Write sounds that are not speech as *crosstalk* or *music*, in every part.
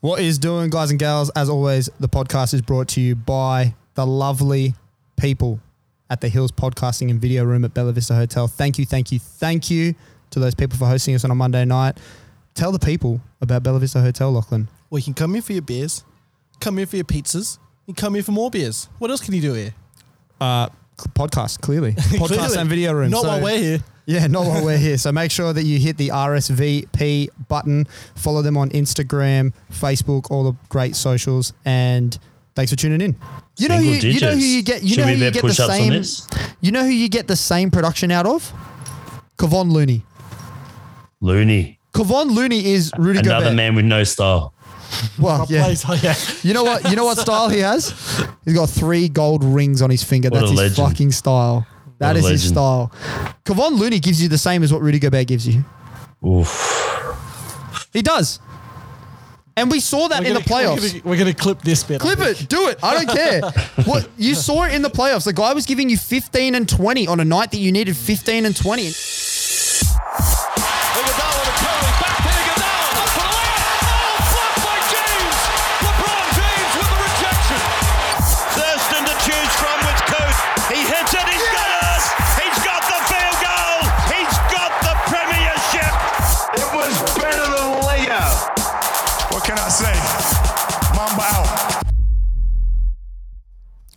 What is doing, guys and gals? As always, the podcast is brought to you by the lovely people at the Hills Podcasting and Video Room at Bella Vista Hotel. Thank you, thank you, thank you to those people for hosting us on a Monday night. Tell the people about Bella Vista Hotel, Lachlan. Well, you can come here for your beers, come here for your pizzas, and come here for more beers. What else can you do here? Uh, c- podcast, *laughs* clearly. Podcast Clearly, and video room. Not So- while we're here. Yeah, not while we're here. So make sure that you hit the RSVP button. Follow them on Instagram, Facebook, all the great socials. And thanks for tuning in. You know, you, Single you know who digits. you get. You Should know we who you bet get the push-ups on same. this? You know who you get the same production out of? Kevon Looney. Looney, Kevon Looney is Rudy another Gobert. man with no style. Well, yeah. Place- oh, *laughs* yeah. You know what? You *laughs* know what style he has? He's got three gold rings on his finger. What That's a his legend. fucking style. That a is his legend. style. Kevon Looney gives you the same as what Rudy Gobert gives you. Oof. He does. And we saw that We're in gonna- the playoffs. We're gonna, we're gonna clip this bit. I Clip think. it, do it. I don't *laughs* care. What you saw it in the playoffs. The guy was giving you 15 and 20 on a night that you needed 15 and 20. Iguodala to Curry, back to Iguodala, up for the layup. Oh, blocked by James. LeBron James with the rejection. Thurston to choose from with Coot. He hits it. He's got it. He's got the field goal. He's got the premiership. It was better than layup. What can I say? Mamba out.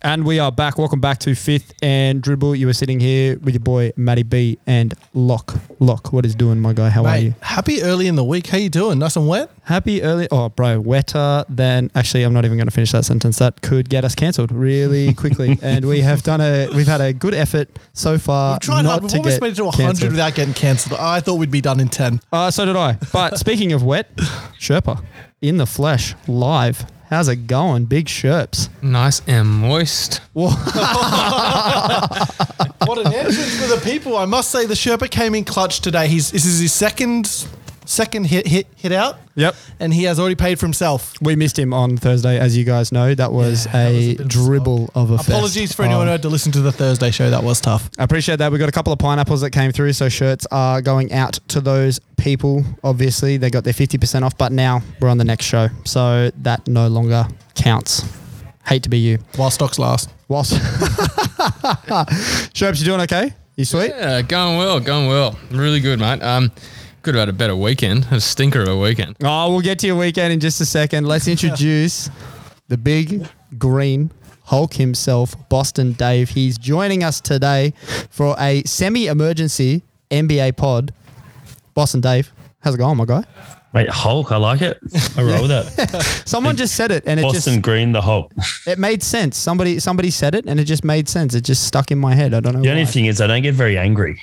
And we are back. Welcome back to Fifth and Dribble. You were sitting here with your boy Matty B and Lock. Lock, what is doing, my guy? How are Mate, you? happy early in the week. How you doing? Nice and wet. Happy early. Oh, bro, wetter than actually. I'm not even going to finish that sentence. That could get us cancelled *laughs* really quickly. and we have done a. We've had a good effort so far. Trying not hard. We've to almost get made it to 100 cancelled. without getting cancelled. I thought we'd be done in 10. Uh, so did I. But speaking of wet, Sherpa in the flesh, live. How's it going, big Sherps? Nice and moist. *laughs* What an entrance for the people. I must say the Sherpa came in clutch today. He's this is his second second hit hit hit out. Yep. And he has already paid for himself. We missed him on Thursday, as you guys know. That was Yeah, that a, was a bit of a dribble of a Apologies fest. for anyone Oh. who had to listen to the Thursday show. That was tough. I appreciate that. We got a couple of pineapples that came through, so shirts are going out to those people. Obviously, they got their fifty percent off, but now we're on the next show, so that no longer counts. Hate to be you. While stocks last. Whilst *laughs* Sherps, you doing okay? You sweet? Yeah, going well, going well. Really good, mate. Um, could have had a better weekend. A stinker of a weekend. Oh, we'll get to your weekend in just a second. Let's introduce the big green Hulk himself, Boston Dave. He's joining us today for a semi emergency NBA pod. Boston Dave, how's it going, my guy? Wait, Hulk, I like it. I roll *laughs* with that. Someone just said it and it Boston Green, the Hulk. just it made sense. Somebody somebody said it and it just made sense. It just stuck in my head. I don't know. The only why. thing is, I don't get very angry.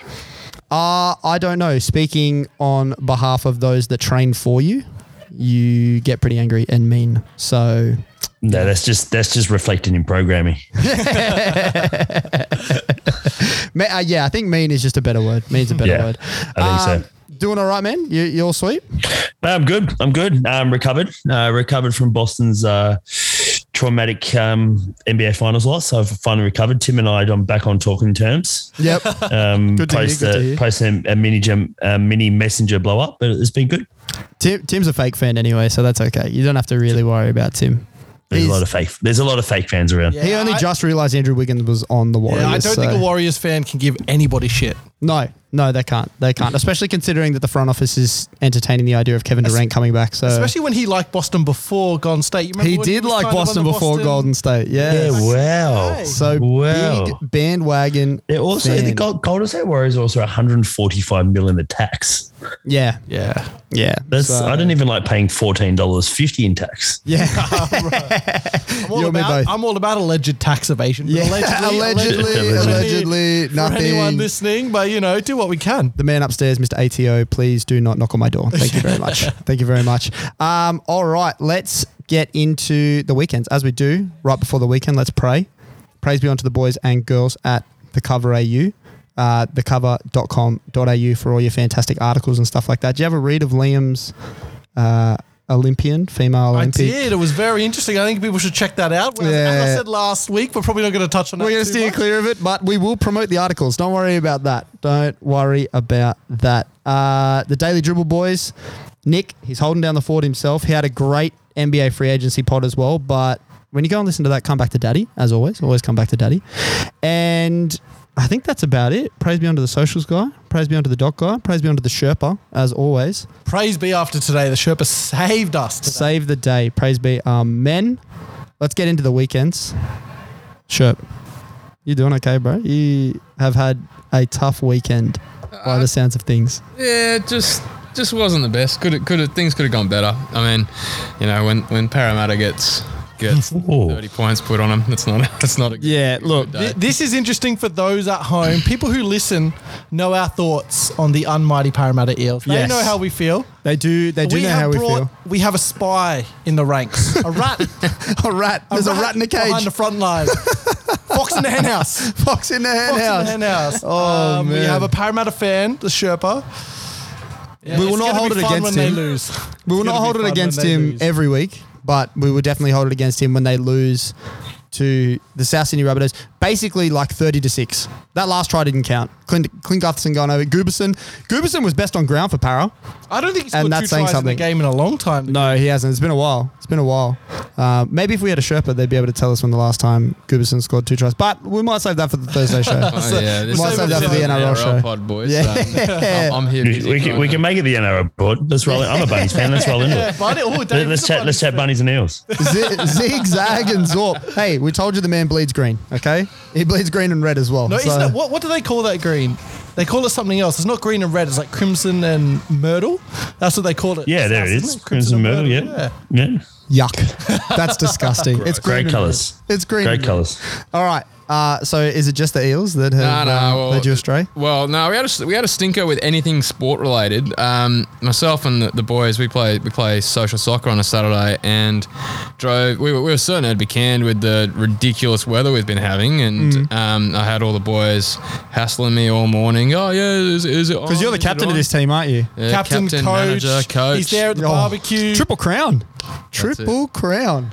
Uh, I don't know. Speaking on behalf of those that train for you, you get pretty angry and mean. So No, that's just that's just reflected in programming. Ma- uh, yeah, I think mean is just a better word. Mean's a better Yeah, word. Um, I think so. Doing all right, man. You, you're sweet. But I'm good. I'm good. Um, recovered. Uh, recovered from Boston's uh, traumatic um, NBA Finals loss. I've finally recovered. Tim and I, I'm back on talking terms. Yep. *laughs* Um, Good to hear, post good to a, hear. post a, a mini gem, a mini messenger blow up, but it's been good. Tim, Tim's a fake fan anyway, so that's okay. You don't have to really worry about Tim. There's He's- a lot of fake. There's a lot of fake fans around. He only I- just realized Andrew Wiggins was on the Warriors. Yeah, I don't so- Uh, think a Warriors fan can give anybody shit. No, no, they can't. They can't, especially considering that the front office is entertaining the idea of Kevin Durant coming back. So Especially when he liked Boston before Golden State. You remember he when did was like kind of on Boston the before Golden State. Yeah. Yeah, wow. Hey. so wow. big bandwagon. They're also fan. the Gold, Golden State Warriors are also 145 mil in the tax. Yeah, *laughs* Yeah. yeah. That's So- I don't even like paying fourteen dollars fifty in tax. Yeah. I'm all, You and me about, both. I'm all about alleged tax evasion. but *laughs* Yeah, Allegedly, *laughs* allegedly, allegedly, for nothing. anyone listening, but you know, do what we can. the man upstairs, Mr. ATO, please do not knock on my door. Thank you very *laughs* much. Thank you very much. Um, all right, let's get into the weekends. As we do, right before the weekend, let's pray. Praise be unto the boys and girls at the cover AU. Uh, thecover.com.au for all your fantastic articles and stuff like that. Do you ever read of Liam's uh, Olympian, female I Olympic? did. It was very interesting. I think people should check that out. Well, As Yeah. I said last week, we're probably not going to touch on We're that. going to too steer much. clear of it, but we will promote the articles. Don't worry about that. Don't worry about that. Uh, the Daily Dribble Boys, Nick, he's holding down the fort himself. He had a great NBA free agency pod as well. But when you go and listen to that, come back to daddy, as always. Always come back to daddy. And I think that's about it. Praise be unto the socials guy. Praise be unto the doc guy. Praise be unto the Sherpa, as always. Praise be after today. The Sherpa saved us. Today. Save the day. Praise be. Amen. Let's get into the weekends. Sherp, you doing okay, bro? You have had a tough weekend by the sounds of things. Yeah, just just wasn't the best. Could it could have things could have gone better. I mean, you know, when when Parramatta gets *laughs* gets Ooh. thirty points put on them, that's not *laughs* that's not a good, Yeah, look, good day. Th- This is interesting for those at home. People who listen know our thoughts on the unmighty Parramatta Eels. They Yes. know how we feel. They do. They do know how we feel. We have a spy in the ranks. A rat. A rat. *laughs* There's a rat in a behind cage. the *laughs* front line. Fox in the henhouse. Fox in the hen Fox in the house. henhouse. Oh, Um, we man. have a Parramatta fan, the Sherpa. Yeah, We will it's not gonna hold be it fun against when him. They lose. We will It's not gonna hold be it fun when against they him lose. every week, but we will definitely hold it against him when they lose to the South Sydney Rabbitohs. Basically, like thirty to six. That last try didn't count. Clint, Clint Gutherson going over Gooberson. Gooberson was best on ground for Para. I don't think he's And scored two that's saying tries in something. the game in a long time. No, he hasn't. It's been a while. It's been a while. Uh, maybe if we had a Sherpa, they'd be able to tell us when the last time Gooberson scored two tries. But we might save that for the Thursday show. *laughs* Oh, yeah, this Might is save that for the an NRL show. pod, boys. Yeah. so I'm, I'm here. We, we can, we can make it the NRL report. Let's roll it. I'm a Bunnies fan. Let's roll *laughs* into it. Bunny, oh, Let, David's us a chat. Bunnies Let's chat fan. bunnies and eels. Z- zigzag and zorp. Hey, we told you the man bleeds green. Okay, he bleeds green and red as well. No, so- isn't it, what, what do they call that green? They call it something else. It's not green and red. It's like crimson and myrtle. That's what they call it. Yeah, there it Isn't is. Crimson Myrtle. Yeah, yeah. Yuck, that's disgusting. it's green. Great and colours. red. It's green. Great and red. colours. All right. Uh, so is it just the eels that No, have no. um, well, led you astray? Well, no, we had a we had a stinker with anything sport related. Um, myself and the, the boys, we play we play social soccer on a Saturday, and drove. We were, we were certain it'd be canned with the ridiculous weather we've been having, and Mm. um, I had all the boys hassling me all morning. Oh yeah, is, is it? Because you're the captain of this team, aren't you? Captain, coach, manager, coach. He's there at the Oh, barbecue. Triple crown. Triple crown.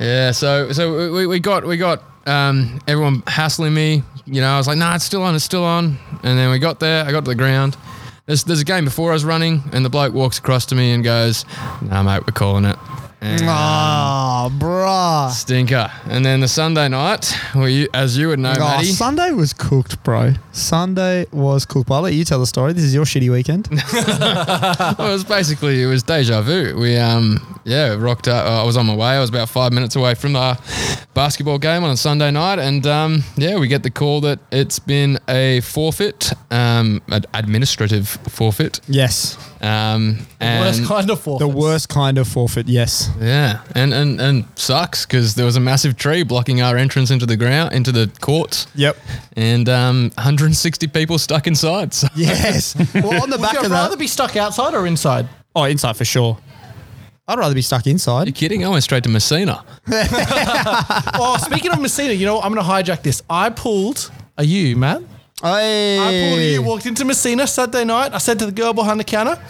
Yeah, so so we, we got we got um, everyone hassling me. You know, I was like, "Nah, it's still on, it's still on." And then we got there. I got to the ground. There's there's a game before I was running, and the bloke walks across to me and goes, "Nah, mate, we're calling it." And, uh, Ah, bruh. Stinker. And then the Sunday night, well, you, as you would know, Oh, Matty. Sunday was cooked, bro. Sunday was cooked. But I'll let you tell the story. This is your shitty *laughs* weekend. Well, it was basically it was deja vu. We um yeah rocked up. I was on my way. I was about five minutes away from the basketball game on a Sunday night, and um yeah we get the call that it's been a forfeit, um an administrative forfeit, yes. um and Worst kind of forfeit. The worst kind of forfeit, yes. yeah and and and sucks because there was a massive tree blocking our entrance into the ground into the courts. Yep. And um, 160 people stuck inside. *laughs* So *laughs* Yes. Well, on the Would back you of rather that. be stuck outside or inside? Oh, inside for sure. I'd rather be stuck you inside. kidding? I went straight to Messina. oh, speaking of Messina, you know what? I'm going to hijack this. I pulled a you, man. I pulled a Hey. you, walked into Messina Saturday night. I said to the girl behind the counter,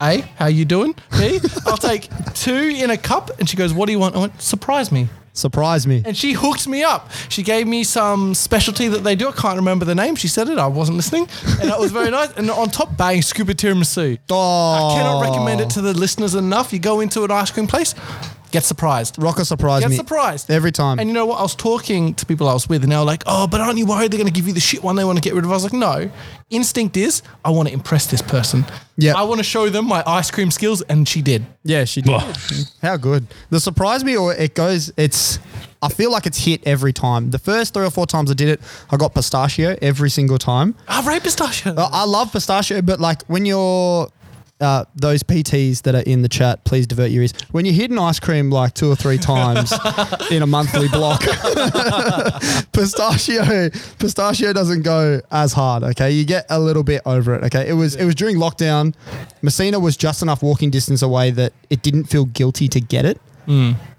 A, how you doing? B, I'll take two in a cup. And she goes, what do you want? I went, surprise me. Surprise me. And she hooked me up. She gave me some specialty that they do. I can't remember the name. She said it. I wasn't listening. And that was very *laughs* nice. And on top, bang, scuba tiramisu. Oh. I cannot recommend it to the listeners enough. You go into an ice cream place, get surprised. Rocker surprise Get me. surprised. Every time. And you know what? I was talking to people I was with, and they were like, "Oh, but aren't you worried they're going to give you the shit one they want to get rid of?" I was like, "No. Instinct is I want to impress this person. Yeah. I want to show them my ice cream skills, and she did. yeah, she did. How good. The surprise me or it goes, it's, I feel like it's hit every time. The first three or four times I did it, I got pistachio every single time. Ah, right, pistachio. I I love pistachio, but like when you're uh, those PTs that are in the chat, please divert your ears. When you hit an ice cream like two or three times in a monthly block, *laughs* pistachio pistachio doesn't go as hard. Okay, you get a little bit over it. Okay, it was it was during lockdown. Messina was just enough walking distance away that it didn't feel guilty to get it.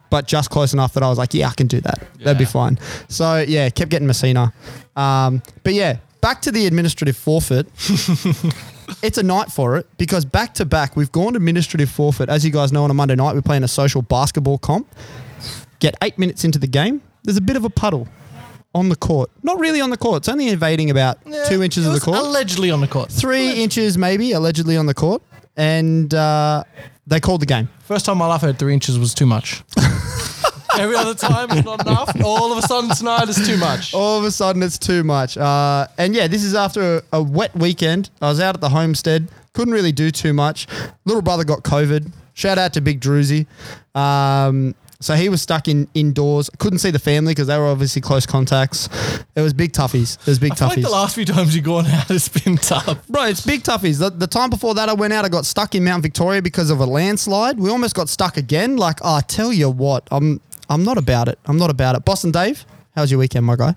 But just close enough that I was like, yeah, I can do that. That'd be Yeah. fine. So yeah, kept getting Messina. Um, but yeah, back to the administrative forfeit it's a night for it because back to back we've gone administrative forfeit. As you guys know, on a Monday night we're playing a social basketball comp. Get eight minutes into the game, there's a bit of a puddle on the court. Not really on the court. It's only invading about two inches It of the was court, *laughs* Allegedly on the court. three inches maybe allegedly on the court, and uh, They called the game. First time my life I heard three inches was *laughs* too much. Every other time it's not enough. All of a sudden tonight is too much. All of a sudden, it's too much. Uh, and yeah, this is after a, a wet weekend. I was out at the homestead, couldn't really do too much. Little brother got COVID. Shout out to Big Druzy. Um, so he was stuck in indoors. Couldn't see the family because they were obviously close contacts. It was big toughies. It was big I feel like toughies. the last few times you've gone out, it's been tough. Bro, it's big toughies. The, the time before that, I went out. I got stuck in Mount Victoria because of a landslide. We almost got stuck again. Like, I tell you what, I'm I'm not about it. I'm not about it. Boston Dave, how's your weekend, my guy?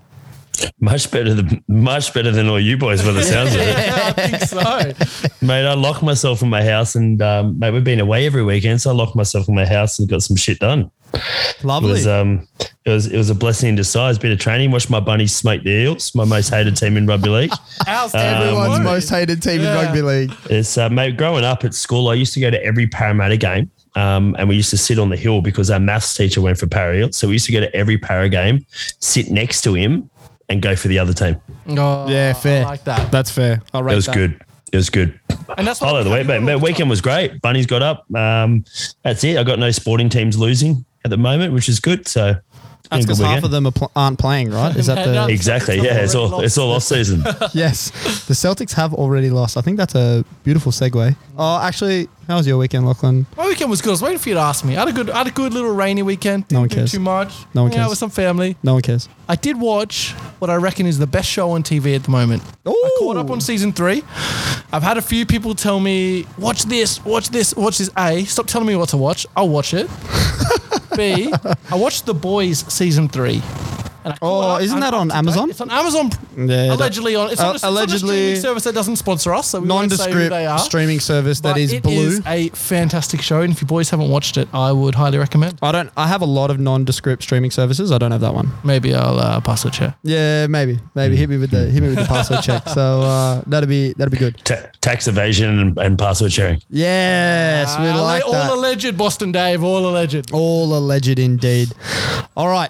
Much better than much better than all you boys by the sounds of it. Yeah, I think so. Mate, I locked myself in my house and um, mate, we've been away every weekend, so I locked myself in my house and got some shit done. It Lovely. was um it was it was a blessing in disguise. Bit of training, watched my bunnies smoke the eels, my most hated team in rugby league. Um, How's Everyone's most hated team Yeah. in rugby league. It's uh, mate, growing up at school, I used to go to every Parramatta game. Um, and we used to sit on the hill because our maths teacher went for Parra. So we used to go to every Parra game, sit next to him, and go for the other team. Oh, Yeah, fair. I like that. That's fair. All right. it was good. It was good. And that's what All I'm over the way, mate. doing all mate the weekend was great. Bunnies got up. Um, that's it. I got no sporting teams losing at the moment, which is good. So it's been That's a good because half weekend. of them are pl- aren't playing, right? Is *laughs* that the *laughs* Exactly. Yeah, it's all it's all off season. *laughs* yes? The Celtics have already lost. I think that's a beautiful segue. Oh, actually, how was your weekend, Lachlan? My weekend was good. I was waiting for you to ask me. I had a good, I had a good little rainy weekend. Didn't No one do cares. Too much. No one Hung out cares. with some family. No one cares. I did watch what I reckon is the best show on TV at the moment. I caught up Ooh. on season three. I've had a few people tell me, watch this, watch this, watch this. A, stop telling me what to watch. I'll watch it. B, I watched The Boys season three. And I caught Oh, up- isn't that on today. Amazon? It's on Amazon. Yeah, allegedly on. It's uh, on a, it's on a allegedly- streaming service that doesn't sponsor us, so we won't say who they Nondescript are. streaming service that But is it blue. is a fantastic show, and if you boys haven't watched it, I would highly recommend. I don't. I have a lot of nondescript streaming services. I don't have that one. Maybe I'll uh, pass a chair. Yeah, maybe, maybe hit me with the hit me with the password check. So uh, that'd be that'd be good. Ta tax evasion and, and password sharing. Yes, we Uh, like all that. alleged, Boston Dave. All alleged. All alleged indeed. All right.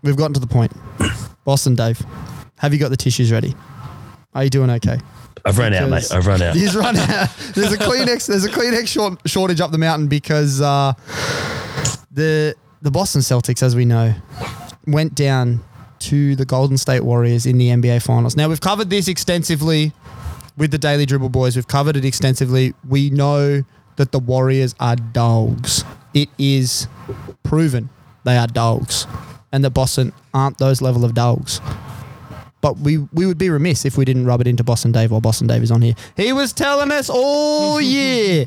We've gotten to the point. Boston Dave, have you got the tissues ready? Are you doing okay? I've run out, mate. I've run out. He's run out. There's a Kleenex. There's a Kleenex short, shortage up the mountain because uh, the the Boston Celtics, as we know, went down to the Golden State Warriors in the NBA Finals. Now we've covered this extensively with the Daily Dribble Boys. We've covered it extensively. We know that the Warriors are dogs. It is proven they are dogs, and that Boston aren't those level of dogs but we, we would be remiss if we didn't rub it into Boston Dave while Boston Dave is on here. He was telling us *laughs* all year,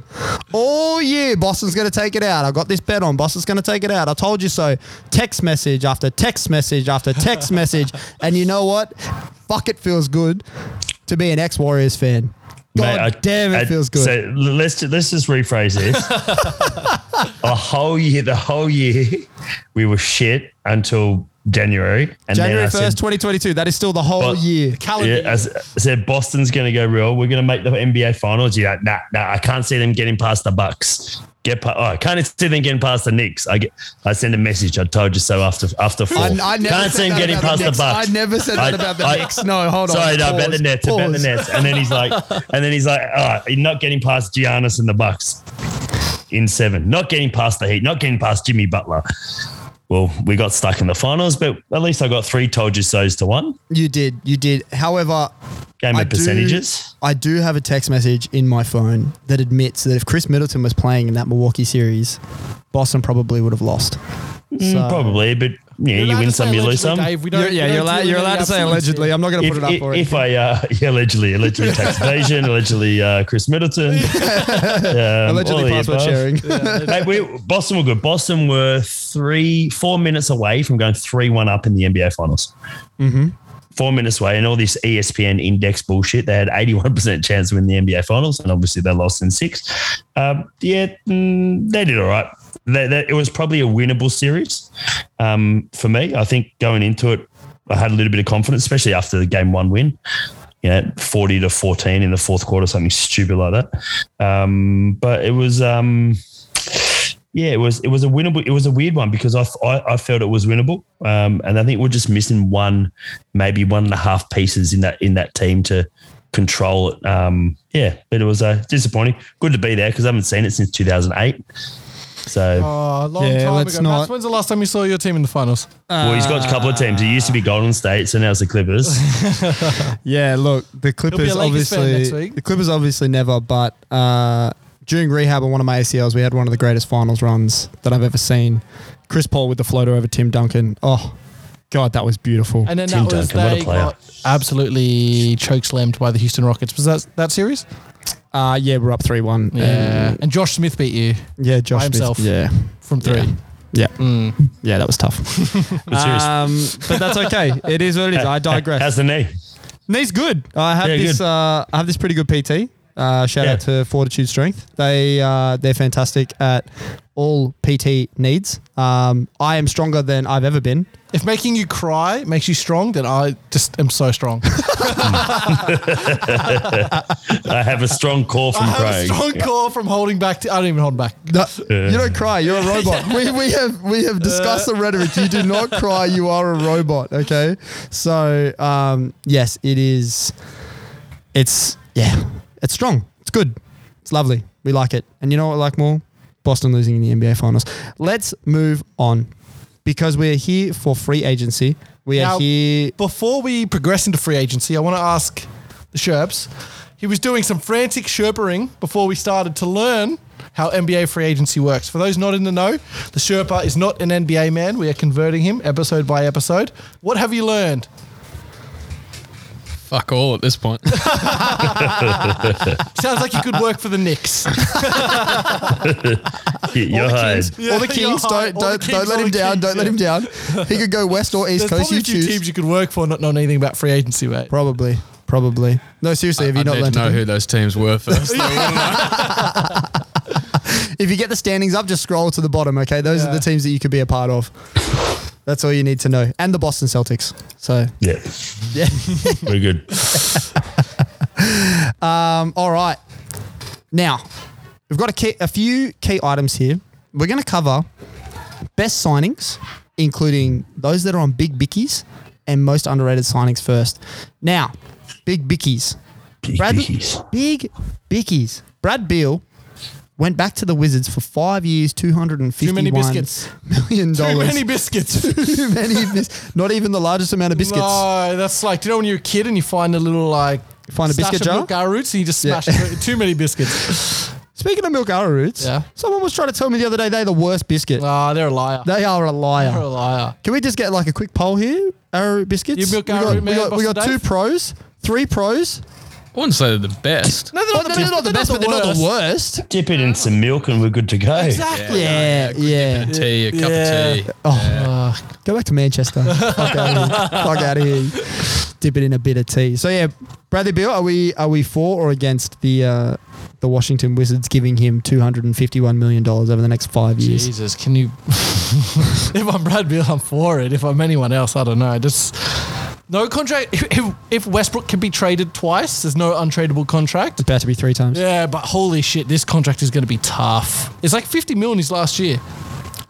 all year, Boston's going to take it out. I got this bet on. Boston's going to take it out. I told you so. Text message after text message after text *laughs* message. And you know what? Fuck, it feels good to be an ex Warriors fan. God Mate, I- damn, it I- feels good. So l- let's ju- let's just rephrase this. *laughs* a whole year, the whole year, we were shit until January, and January I 1st, said- 2022. That is still the whole But- year. Calendar. Yeah, I s- I said Boston's going to go real. We're going to make the NBA finals. Yeah, nah, nah. I can't see them getting past the Bucks. Get pa- oh, I can't see them getting past the Knicks. I get, I send a message. I told you so after after four. can't see them getting about past the Knicks. Bucks. I never said that I- about the I- Knicks. No, hold on. Sorry, no, about the Pause, Nets, about the pause. Nets. And then he's *laughs* like, and then he's like, oh, you're not getting past Giannis and the Bucks in seven, not getting past the Heat, not getting past Jimmy Butler. Well, we got stuck in the finals, but at least I got three told you so's to one. You did. You did. However, Game of do- percentages. I do have a text message in my phone that admits that if Chris Middleton was playing in that Milwaukee series, Boston probably would have lost. uh, Mm, Probably, but yeah, you win some, you lose some. Dave, we don't, we don't do any absolutes here. I'm not going If, if, if I uh, *laughs* yeah, allegedly, allegedly tax evasion, allegedly uh, Chris *laughs* Middleton, um, all Allegedly the password above. sharing. Mate, we, Boston were good. Boston were three, four minutes away from going three-one up in the NBA Finals. Four minutes away, and all this E ESPN index bullshit. They had eighty-one percent chance to win the NBA Finals, and obviously they lost in six. Um, yeah, mm, they did all right. They, they, it was probably a winnable series um, for me. I think going into it, I had a little bit of confidence, especially after the game one win. You know, forty to fourteen in the fourth quarter, something stupid like that. Um, but it was. Um, yeah, it was it was a winnable. It was a weird one because I I, I felt it was winnable, um, and I think we're just missing one, maybe one and a half pieces in that in that team to control it. Um, yeah, but it was uh, disappointing. Good to be there because I haven't seen it since 2008. So, Oh, a long Yeah, time let's ago. Matt, not- when's the last time you saw your team in the finals? well, he's got a couple of teams. It used to be Golden State, so now it's the Clippers. Yeah, look, the be a Clippers Lakers fan obviously next week. the Clippers obviously never, but uh, during rehab on one of my ACLs, we had one of the greatest finals runs that I've ever seen. Chris Paul with the floater over Tim Duncan. Oh, God, that was beautiful. And then Tim that was Duncan, what a they player. got absolutely choke slammed by the Houston Rockets. Was that that series? Uh, yeah, we're up three one. And Josh Smith beat you yeah, Josh. By Smith. himself. Mm. Yeah, from three. Yeah. yeah, yeah. That was *laughs* tough. But seriously, Um, but that's okay. It is what it is. I digress. *laughs* how's the knee? Knee's good. I have Yeah, this. good. Uh, I have this pretty good PT. Uh, shout Yeah. out to Fortitude Strength. They uh, they're fantastic at all PT needs. Um, I am stronger than I've ever been. If making you cry makes you strong, then I just am so *laughs* strong. I have a strong call from I have a Craig. strong core from holding back. To, I don't even hold back. You don't cry. You're a robot. we, we have we have discussed the rhetoric. You do not cry. You are a robot. Okay. So um, yes, it is. It's yeah. It's strong. It's good. It's lovely. We like it. And you know what? I like more Boston losing in the NBA Finals. Let's move on because we are here for free agency. We are Now- *laughs* here. Before we progress into free agency, I want to ask the Sherps. He was doing some frantic Sherpering before we started to learn how NBA free agency works. For those not in the know, the Sherpa is not an NBA man. We are converting him episode by episode. What have you learned? Fuck all at this point. Sounds like you could work for the *laughs* Knicks. You're hired. all the Kings, don't don't, don't let him down. Don't let him down. He could go west *laughs* or east There's coast. probably You a few choose. teams you could work for not knowing anything about free agency, mate. Probably, probably. No, seriously. *laughs* Have you I not need learned to know who those *laughs* teams were first. If you get the standings up, just scroll to the bottom. Okay, those are Yeah. the teams that you could be a part of. That's all you need to know, and the Boston Celtics. So, Yeah. Yeah. *laughs* Very good. um, all right. Now, we've got a, key, a few key items here. We're going to cover best signings, including those that are on big bickies, and most underrated signings first. Now, big bickies. Brad, Bickies. Big bickies. Brad Beal went back to the Wizards for five years, two hundred and Too many fifty-one million biscuits. Too *laughs* dollars. many biscuits. too many bis- not even the largest amount of biscuits. No, that's like, do you know when you're a kid and you find a little like. Find a stash biscuit of jar? Milk Arrowroots and you just Yeah. smash it. too many *laughs* biscuits. Speaking of milk arrowroots, Yeah. someone was trying to tell me the other day they're the worst biscuit. Ah, they're a liar. They are a liar. They're a liar. Can we just get like a quick poll here? Arrowroot biscuits. You milk we got, arrowroot we man, got, we Boston got two Dave? pros, three pros. I wouldn't say they're the best. No, they're Oh, not, the, best, worst. *laughs* Dip it in some milk and we're good to go. Exactly. Yeah, yeah. Tea, a cup Yeah. of tea. Oh, go back to Manchester. Fuck out of here. Fuck out of here. Dip it in a bit of tea. So yeah, Bradley Beal, are we are we for or against the uh, the Washington Wizards giving him two hundred and fifty one million dollars over the next five years? Jesus, can you? *laughs* if I'm Brad Beal, I'm for it. If I'm anyone else, I don't know. Just no contract. If, if- if Westbrook can be traded twice, there's no untradeable contract. About to be three times. Yeah, but holy shit, this contract is going to be tough. It's like 50 mil in his last year.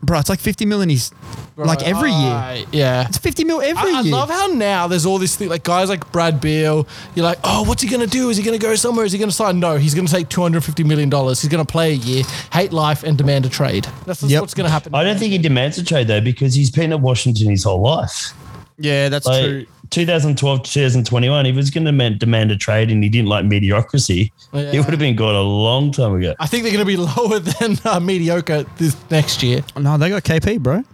Bro, it's like 50 million he's like every year. Right, Yeah. It's 50 mil every I, I year. love how now there's all this thing like guys like Brad Beal. You're like, oh, what's he gonna do? Is he gonna go somewhere? Is he gonna sign? No, he's gonna take 250 million dollars. He's gonna play a year, hate life, and demand a trade. That's just Yep. what's gonna happen. I don't think he demands a trade though because he's been at Washington his whole life. yeah, that's Like 2012 to 2021, if he was going to demand, demand a trade and he didn't like mediocrity, Oh, Yeah. he would have been gone a long time ago. I think they're gonna be *laughs* lower than uh, mediocre this next year. No, they got KP, bro.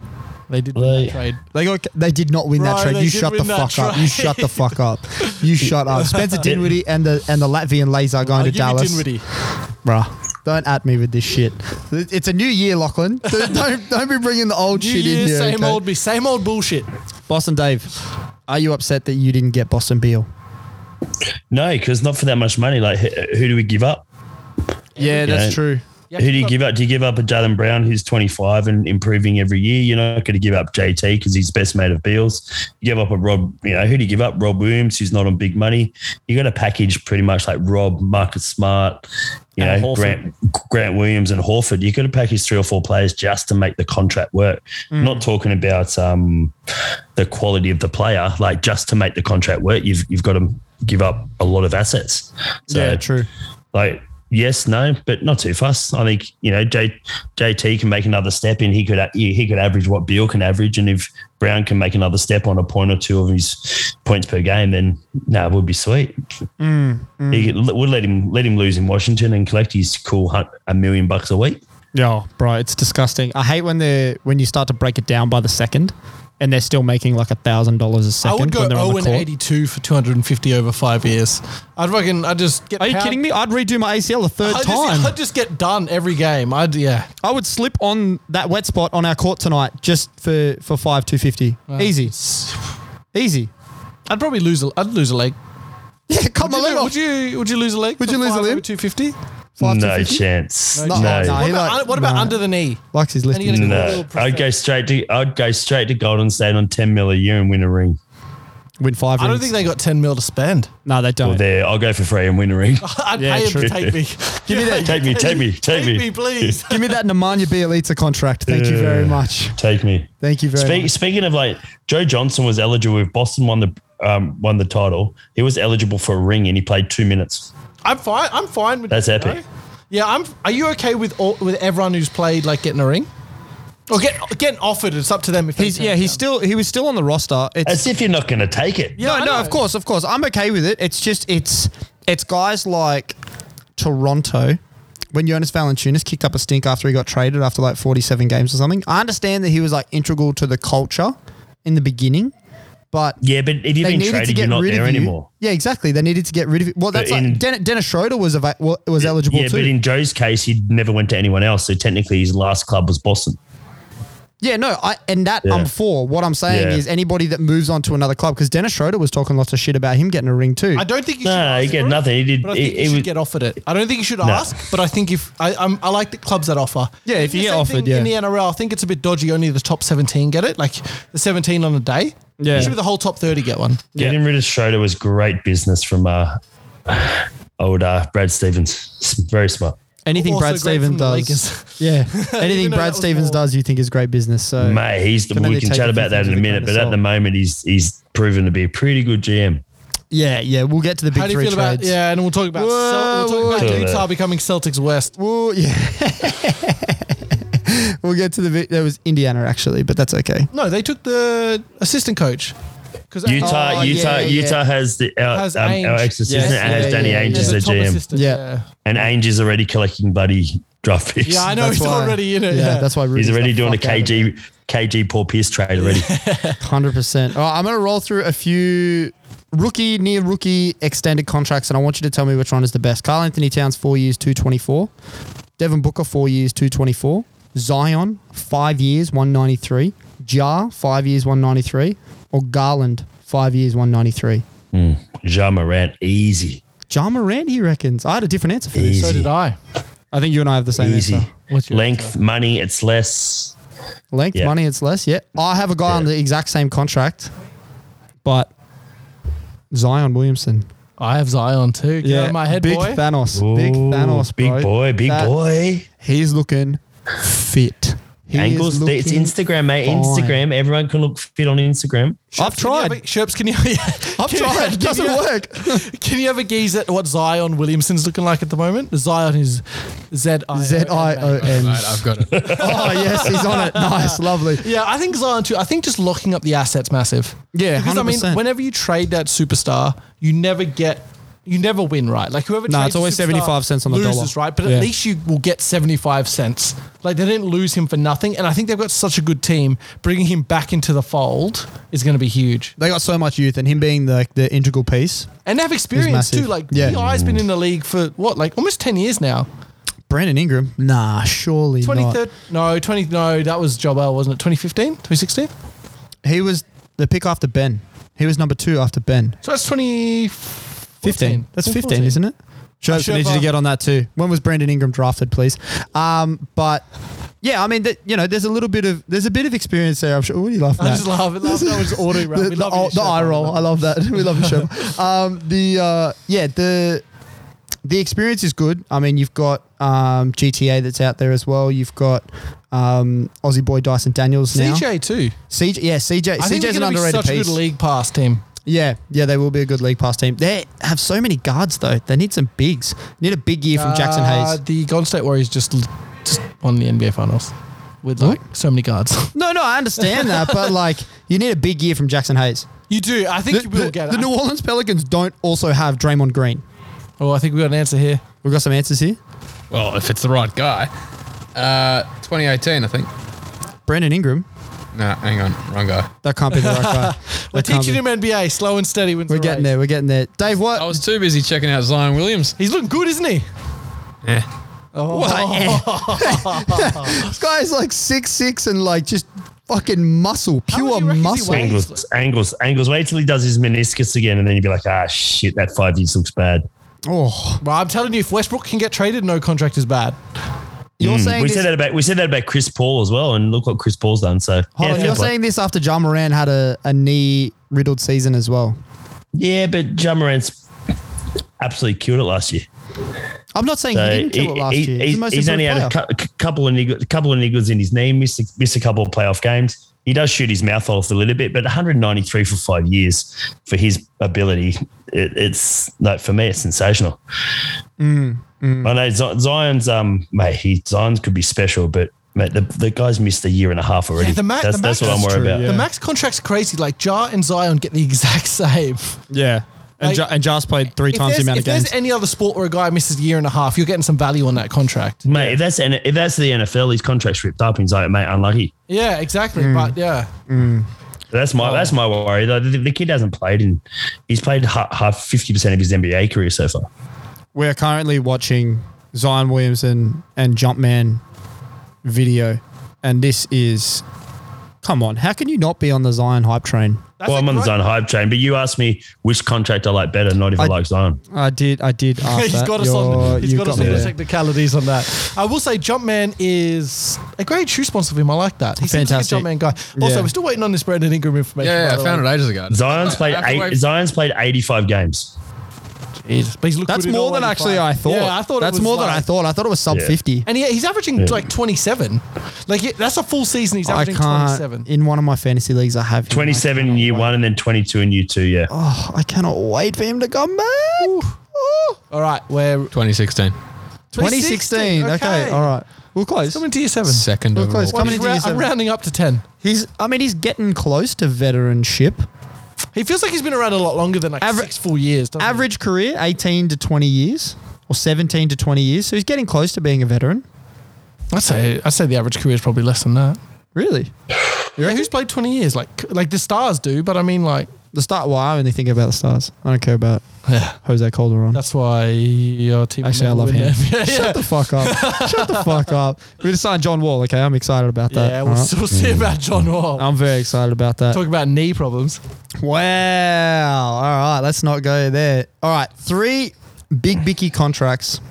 They did Well, win that yeah. trade. They got they did not win that Bro, trade. they You did shut the win that fuck up. You trade. shut the fuck *laughs* up. You shut up. *laughs* Spencer Dinwiddie and the and the Latvian lays are going I'll to give you Dallas. Dinwiddie. Bruh, don't at me with this shit. It's a new year, *laughs* Lachlan. Don't don't, don't be bringing the old New shit year, in here. same okay? old me, same old bullshit. Boston Dave, are you upset that you didn't get Boston Beal? No, because not for that much money. Like, who, who do we give up? Yeah, that's true. who do you give up? Do you give up a Jalen Brown who's 25 and improving every year? You're not going to give up JT because he's best mate of Beals. You give up a Rob, you know, who do you give up? Rob Williams, who's not on big money. You got a package pretty much like Rob, Marcus Smart, you And know, Horford. Grant, Grant Williams and Horford. You got to package three or four players just to make the contract work. Hmm. I'm not talking about um, the quality of the player, like just to make the contract work, you've you've got to give up a lot of assets. So, yeah, true. Like, yes, no, but not too fast. I think you know J, JT can make another step, and he could a- he he could average what Beal can average, and if Brown can make another step on a point or two of his points per game, then no, nah, it would be sweet. He could- would let him let him lose in Washington and collect his cool hun- a million bucks a week. Yeah, bro, it's disgusting. I hate when they are when you start to break it down by the second, and they're still making like a thousand dollars a I second would go when they're on 0 the and court. 82 for 250 over five years. I'd fucking, I'd just get. Are you pound- kidding me? I'd redo my ACL a third I'd time. Just, *laughs* I'd just get done every game. I'd, yeah. I would slip on that wet spot on our court tonight just for for five two fifty. Easy, easy. *laughs* I'd probably lose a, I'd lose a leg. Yeah, cut my Would you, leg lo- off. would you would you lose a leg? Would for you lose a five limb? over 250? Five No 250? chance. No No. chance. Nah, What he about, like- un- what about nah. under the knee? Likes his And you lift. get a No, little I'd go prefer- straight to I'd go straight to Golden State on ten mil a year and win a ring. Win five. I don't rings. think they got 10 mil to spend. No, they Or don't. there, I'll go for free and win a ring. *laughs* I'd Yeah, pay him true. to *laughs* take me. Give me that. Take me, take me, take *laughs* me. *laughs* please. Give me that Nemanja Bjelica contract. Thank you very much. Take me. Thank you very Speak, much. Speaking of like, Joe Johnson was eligible if Boston won the um, won the title. He was eligible for a ring and he played two minutes. I'm fine. I'm fine with That's epic. Yeah, I'm. Are you okay with all, with everyone who's played like getting a ring? Or get getting offered. It's up to them if they He's turn yeah, it he's down. still he was still on the roster. It's As if you're not going to take it. No, I no, know. of course, of course. I'm okay with it. It's just it's it's guys like Toronto. When Jonas Valanciunas kicked up a stink after he got traded after like 47 games or something, I understand that he was like integral to the culture in the beginning, but Yeah, but if you've they been needed to traded, get you're not rid there of you. anymore. Yeah, exactly. They needed to get rid of it. Well, that's in- like Den- Dennis Schroeder was ava- well, was eligible yeah, too. but in Joe's case, he never went to anyone else. So technically, his last club was Boston. yeah, no, I and that Yeah. I'm for. What I'm saying Yeah. is anybody that moves on to another club because Dennis Schroeder was talking lots of shit about him getting a ring too. I don't think you should. No, ask he get for it, nothing. He did. But I think he- you he should was- get offered it. I don't think you should ask, but I think if I I'm, I like the clubs that offer. Yeah, if The you get same offered, thing in the yeah. NRL, I think it's a bit dodgy. Only the top 17 get it, like the 17 on a day. Yeah. it should be the whole top 30 get one. Getting rid of Schroeder was great business from uh, old uh, Brad Stevens. It's Very smart. Anything Also Brad great Stevens from the does. *laughs* Lakers. Yeah. Even Anything though Brad that was Stevens more- does, you think is great business. So Mate, he's the, Can we they can take chat a few about that things in a with a grain minute, but of at salt? the moment, he's he's proven to be a pretty good GM. yeah, yeah, we'll get to the big How do you three feel about? trades. Yeah, and we'll talk about. Whoa, Cel- we'll talk whoa. about Cool. Utah becoming Celtics West. We'll, yeah. *laughs* we'll get to the big. That was Indiana actually, but that's okay. No, they took the assistant coach. Because Utah, Oh, Utah, yeah, yeah. Utah has the our, Has um, our Ainge. ex assistant Yes, and has yeah, Danny yeah, Ainge yeah. as their GM, Yeah. and Ainge is already collecting buddy draft picks. Yeah, I know That's he's why- already in it. Yeah, Yeah, that's why He's already doing a KG KG Paul Pierce trade already. Hundred percent. All right, I'm gonna roll through a few rookie, near rookie extended contracts, and I want you to tell me which one is the best. Carl Anthony Towns, four years, two twenty four. Devin Booker, four years, two twenty four. Zion, five years, one ninety three. Jar, five years, one ninety three. Or Garland, five years, one ninety three. *laughs* Ja Morant, easy, John Morant, he reckons. I had a different answer for this. easy, I. I think you and I have the same E- easy. answer. Length, money, it's less. Length, Yeah. money, it's less. Yeah. I have a guy on Yeah. the exact same contract, but Zion Williamson. I have Zion too. Get out of my head, big boy. Thanos. big Ooh, Thanos, bro. big boy, big That- boy. He's looking fit. He is Angles, it's looking- Instagram, mate. fine. Instagram. Everyone can look fit on Instagram. I've tried. Sherps, can you? *laughs* I've I've tried. It doesn't *laughs* work. Can you ever geese at what Zion Williamson's looking like at the moment? Zion is Z I Z I O Right, N. I've got it. Oh yes, he's on it. *laughs* Nice, lovely. Yeah, I think Zion too. I think just locking up the assets massive. Yeah, because I mean, 100%. whenever you trade that superstar, you never get, you never win, right? Like whoever. No, trades it's the always superstar 75 cents on the loses, dollar. right? But Yeah. at least you will get seventy-five cents. Like they didn't lose him for nothing, and I think they've got such a good team. Bringing him back into the fold is going to be huge, They got so much youth, and him being the the integral piece. and they have experience massive. too. Like Yeah. Pi's been in the league for what, like almost ten years now. Brandon Ingram. Nah, surely not. 2013, no, 20, no, that was Joel, wasn't it? 2015, 2016? He was the pick after Ben. He was number two after Ben. So that's 2015. 15. That's 15, isn't it? Sure, sure I need you if to I- get on that too. When was Brandon Ingram drafted, please? Um, but yeah, I mean, that you know, there's a little bit of there's a bit of experience there. I'm sure. What are you laughing I at? just love it. *laughs* Love that was auto rap. the, We the, love oh, it, the eye Sherpa. roll. I love that. *laughs* We love the *laughs* show. Um, the uh, yeah, the the experience is good. I mean, you've got um, GTA that's out there as well. You've got um, Aussie boy Dyson Daniels now. CJ too. CJ, yeah, CJ. I think CJ's CJ's an going to be underrated such a piece. good league pass team. Yeah, yeah, they will be a good league pass team. They have so many guards though. They need some bigs. Need a big year from Jackson Uh, Hayes. the Golden State Warriors just, just won the NBA Finals with like so many guards. *laughs* No, no, I understand that, but like you need a big year from Jackson Hayes. you do. I think The, you will the- get the it. New Orleans Pelicans don't also have Draymond Green. oh, I think we got an answer here. We've got some answers here. Well, if it's the right guy. Uh, 2018, I think. Brandon Ingram. No, hang on, wrong guy. That can't be the right guy. *laughs* We're That can't teaching be- him NBA. Slow and steady wins We're the getting race. there. We're getting there. Dave, what? I Oh, was too busy checking out Zion Williams. He's looking good, isn't he? Oh. Yeah. *laughs* This guy's like six six and like just fucking muscle, much pure do you reckon he muscle. weighs? Angles, angles, angles. Wait till he does his meniscus again, and then you'd be like, ah, shit, that five years looks bad. Oh, Well, I'm telling you, if Westbrook can get traded, no contract is bad. you're Mm. saying we this, said that about we said that about Chris Paul as well, and look what Chris Paul's done. So hold yeah, on, fair you're play. saying this after John Moran had a, a knee riddled season as well. yeah, but John Morant's absolutely killed it last year. I'm not saying So he didn't kill it last he- year. he's, He's, the most he's only improved had a player. cou- c- couple of niggles, couple of niggles in his knee, missed a, missed a couple of playoff games. He does shoot his mouth off a little bit, but 193 for five years for his ability, it, it's like for me, it's sensational. Mm, I know Z- Zion's um mate, he Zion's could be special, but mate, the, the guy's missed a year and a half already. Yeah, the ma- that's, the max- that's what I'm that's worried true, about. yeah. The max contract's crazy. Like Jar and Zion get the *laughs* exact same. Yeah. And, Like- Ja- and Jas played three If times the there's, amount if of games. there's any other sport where a guy misses a year and a half, you're getting some value on that contract. Mate, if that's if that's the NFL, his contract's ripped up. He's like, mate, unlucky. Yeah, exactly. Hmm. But yeah, That's my that's Oh. my worry. The, the, the kid hasn't played, and he's played ha- half fifty percent of his NBA career so far. We're currently watching Zion Williamson and Jumpman video, and this is. Come on, how can you not be on the Zion hype train? That's well, a I'm on the great- Zion hype train, but you asked me which contract I like better, not if I, I- like Zion. I did, I *laughs* did ask *laughs* he's that. got us You're- on. He's you got us me on the there. technicalities on that. I will say, Jumpman is a great shoe sponsor for him. I like that. He's Fantastic. Fantastic. Jumpman guy. Also, Yeah. we're still waiting on this Brandon Ingram information. by Yeah, yeah I the found way. it ages ago. Zion's played I have to eight, wait- Zion's played eighty five games. Jeez, but he's looked That's good in more all than 85. actually I thought. Yeah, I thought it that's was more than like- I thought. I thought it was sub Yeah. fifty. And he, he's averaging like 27. Like he- that's a full season. He's I averaging can't. 27. In one of my fantasy leagues, I have him. Twenty seven in year one, and then twenty two in year two. Yeah, Oh, I cannot wait for him to come back. Oh. All right, we're 2016. 2016. Okay. all right. We're close. Coming to year seven. Second We're overall. close. Coming He's into rou- year I'm seven. rounding up to 10. He's. I mean, he's getting close to veteranship. He feels like he's been around a lot longer than like Aver- six full years. doesn't he? Average career, 18 to 20 years, or 17 to 20 years. So he's getting close to being a veteran. I'd say I'd say the average career is probably less than that. Really? Yeah, who's played 20 years? Like like the stars do, but I mean like The start. Well, I only think about the stars. I don't care about *laughs* yeah. Jose Calderon. That's why your team. will Actually, I never *laughs* love win him. the NBA. Shut the fuck up. Shut the fuck up. We're to sign John Wall. Okay, I'm excited about that. Yeah, we'll, alright? we'll see about John Wall. Mm. I'm very excited about that. Talk about knee problems. Wow. All right. Let's not go there. All right. Three big bicky contracts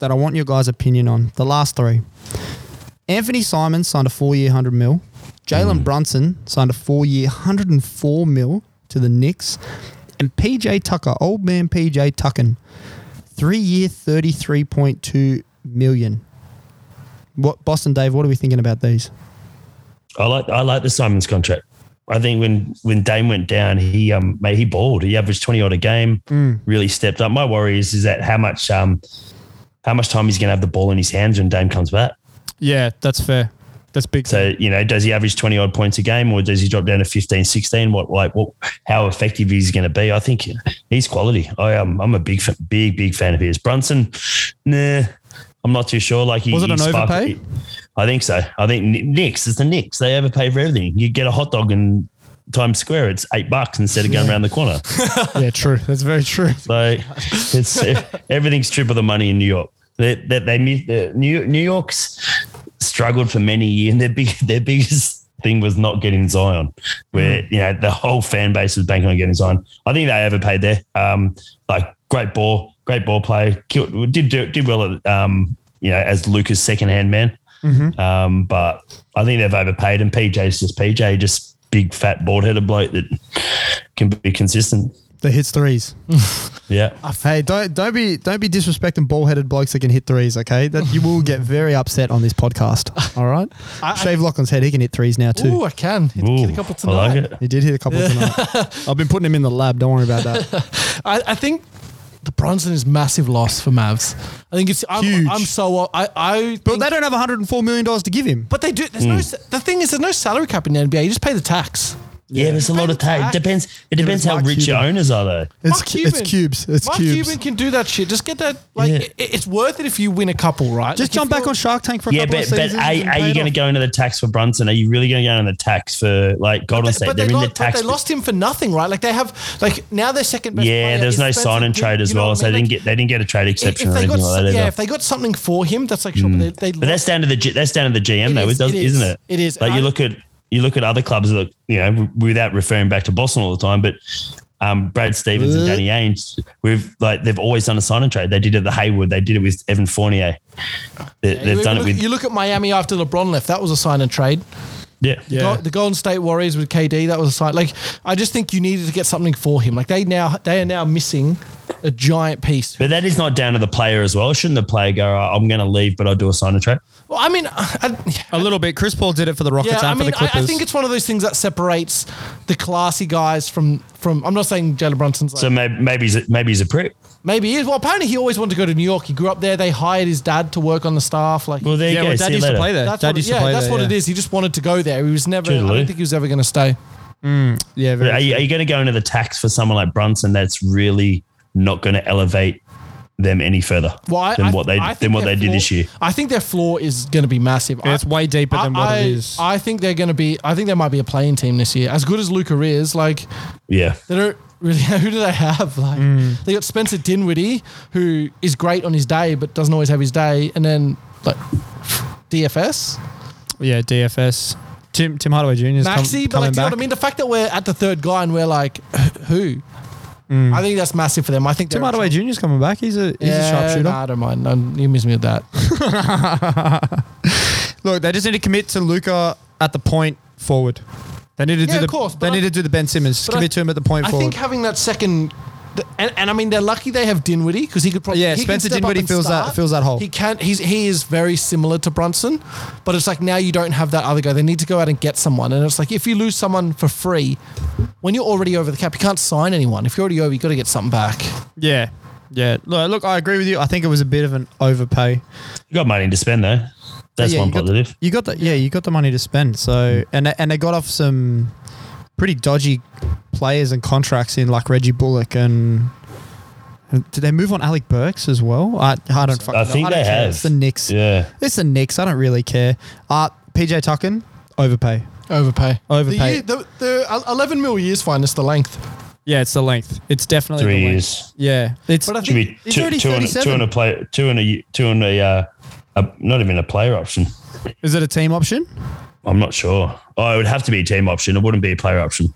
that I want your guys' opinion on. The last three. Anthony Simon signed a four-year, hundred mil. Jalen Brunson signed a four-year, hundred and four mil to the Knicks, and PJ Tucker, old man PJ Tuckin, three-year, thirty-three point two million. What Boston Dave? What are we thinking about these? I like I like the Simons contract. I think when when Dame went down, he um mate, he balled. He averaged twenty odd a game, really stepped up. My worry is is that how much um how much time he's going to have the ball in his hands when Dame comes back. Yeah, that's fair. That's big. So, you know, does he average 20 odd points a game or does he drop down to 15, 16? What, like, what, how effective is he going to be? I think he's quality. I am, I'm a big, fa- big, big fan of his. Brunson, nah, I'm not too sure. Like, he, Was it he an sparked- overpay? I think so. I think Kn- Knicks, it's the Knicks. They overpay for everything. You get a hot dog in Times Square, it's eight bucks instead of going around the corner. yeah, true. That's very true. So *laughs* it's everything's triple the money in New York. That that they, miss the New New York's struggled for many years, *laughs* and their big their biggest thing was not getting Zion, where you know the whole fan base was banking on getting Zion. I think they overpaid there. Um, like great ball, great ball play, killed, did do, did well at um, you know as Luca's second hand man. Um, but I think they've overpaid, and PJ's just PJ, just big fat bald headed bloke that can be consistent. that hits threes. Yeah. hey, don't don't be don't be disrespecting ball headed blokes that can hit threes. Okay, that you will get very upset on this *laughs* podcast. All right, shave Lachlan's head. He can hit threes now too. Ooh, I can. Hit, Ooh, hit a couple I tonight. like it. He did hit a couple *laughs* tonight. I've been putting him in the lab. Don't worry about that. I, I think the Brunson is massive loss for Mavs. I think it's I'm, Huge. I'm so I I think- But they Hmm. don't have 104 million dollars to give him. but they do. There's no. s- The thing is, there's no salary cap in the NBA. You just pay the tax. Yeah, there's a lot of tape. Depends. It it's depends how Mark rich your Cuban. owners are, though. It's, Mark cu- Cuban. it's cubes. It's Mark cubes. Cuban can do that shit. Just get that. Like, Yeah. it, it's worth it if you win a couple, right? Just Like, jump if back you're- on Shark Tank for a Yeah, couple but of but seasons. are, and are pay you it going to off. go into the tax for Brunson? Are you really going to go into the tax for like Golden State? But They're they, in got, the tax. but they lost him for nothing, right? Like they have, like now they're second best. yeah, player there's is no Spencer sign and Dinwiddie, trade as you know well, what I so they mean? didn't get they didn't get a trade Like, if exception or they anything got, like that. yeah, either. Hmm. if they got something for him, that's like sure, but they, they But that's down to the G- that's down to the GM though, is, it does, it isn't is, it? it is. Like you And I- look at you look at other clubs that you know w- without referring back to Boston all the time, but um, Brad Stevens and Danny Ainge, we've like they've always done a sign and trade. They did it at the Haywood. They did it with Evan Fournier. They, you they've done it look- with You look at Miami after LeBron left. That was a sign and trade. yeah. Go- the Golden State Warriors with KD. That was a sign. Like I just think you needed to get something for him. Like they now they are now missing a giant piece. But that is not down to the player as well. Shouldn't the player go, "Oh, I'm going to leave, but I'll do a sign and trade? Well, I mean, uh, I, A little bit. Chris Paul did it for the Rockets yeah, I and mean, for the I, Clippers. I think it's one of those things that separates the classy guys from from. I'm not saying Jalen Brunson's like So maybe, maybe, he's a, maybe he's a prick. maybe he is. Well, apparently he always wanted to go to New York. He grew up there. They hired his dad to work on the staff. Like Well, there Yeah, you go. well, See Dad you used to later. play there. that's Dad what, it- used to yeah, play that's there, what it yeah. is. He just wanted to go there. He was never. I Toodaloo. don't think he was ever going to stay. yeah, very But are you, are you going to go into the tax for someone like Brunson that's really not going to elevate them any further Well, I, than I- what they I than think what their they did floor- this year? I think their floor is going to be massive. Yeah, it's I- way deeper than what I, it is. I think they're going to be. I think there might be a playing team this year. As good as Luca is, like Yeah. they don't really. *laughs* Who do they have? Like Hmm. they got Spencer Dinwiddie, who is great on his day, but doesn't always have his day, and then like DFS yeah, DFS. Tim Tim Hardaway Jr. is Maxi. But coming like, do you know back. what I mean? The fact that we're at the third guy and we're like, who? Hmm. I think that's massive for them. I think Tim they're- Hardaway Jr. is coming back. He's a he's a Yeah, sharpshooter. nah, I don't mind. No, you miss me with that. Look, they just need to commit to Luca at the point forward. They need to Yeah, do of the course, they but need I- to do the Ben Simmons. Just but I- commit to him at the point I forward. think having that second, th- and, and I mean they're lucky they have Dinwiddie because he could probably Yeah, he can Spencer step up Dinwiddie and fills that- fills that hole. He can he's he is very similar to Brunson, but it's like now you don't have that other guy. They need to go out and get someone, and it's like if you lose someone for free, when you're already over the cap, you can't sign anyone. If you're already over, you got to get something back. yeah, yeah. Look, look, I agree with you. I think it was a bit of an overpay. You got money to spend though. That's yeah, one you got the- positive. you got the yeah, you got the money to spend. So and they- and they got off some pretty dodgy players and contracts in like Reggie Bullock and. and Did they move on Alec Burks as well? I, I don't fucking know. I think don't they care. have. It's the Knicks. yeah. It's the Knicks. I don't really care. Uh, PJ Tucken, overpay. Overpay. Overpay. The, year, the, the 11 mil years fine is the length. Yeah, it's the length. It's definitely Three the length. years. Yeah, it's But I Should think be He's two, already two, on a, two 37. on a play two on a two on a, uh, a not even a player option. is it a team option? I'm not sure. Oh, it would have to be a team option. It wouldn't be a player option.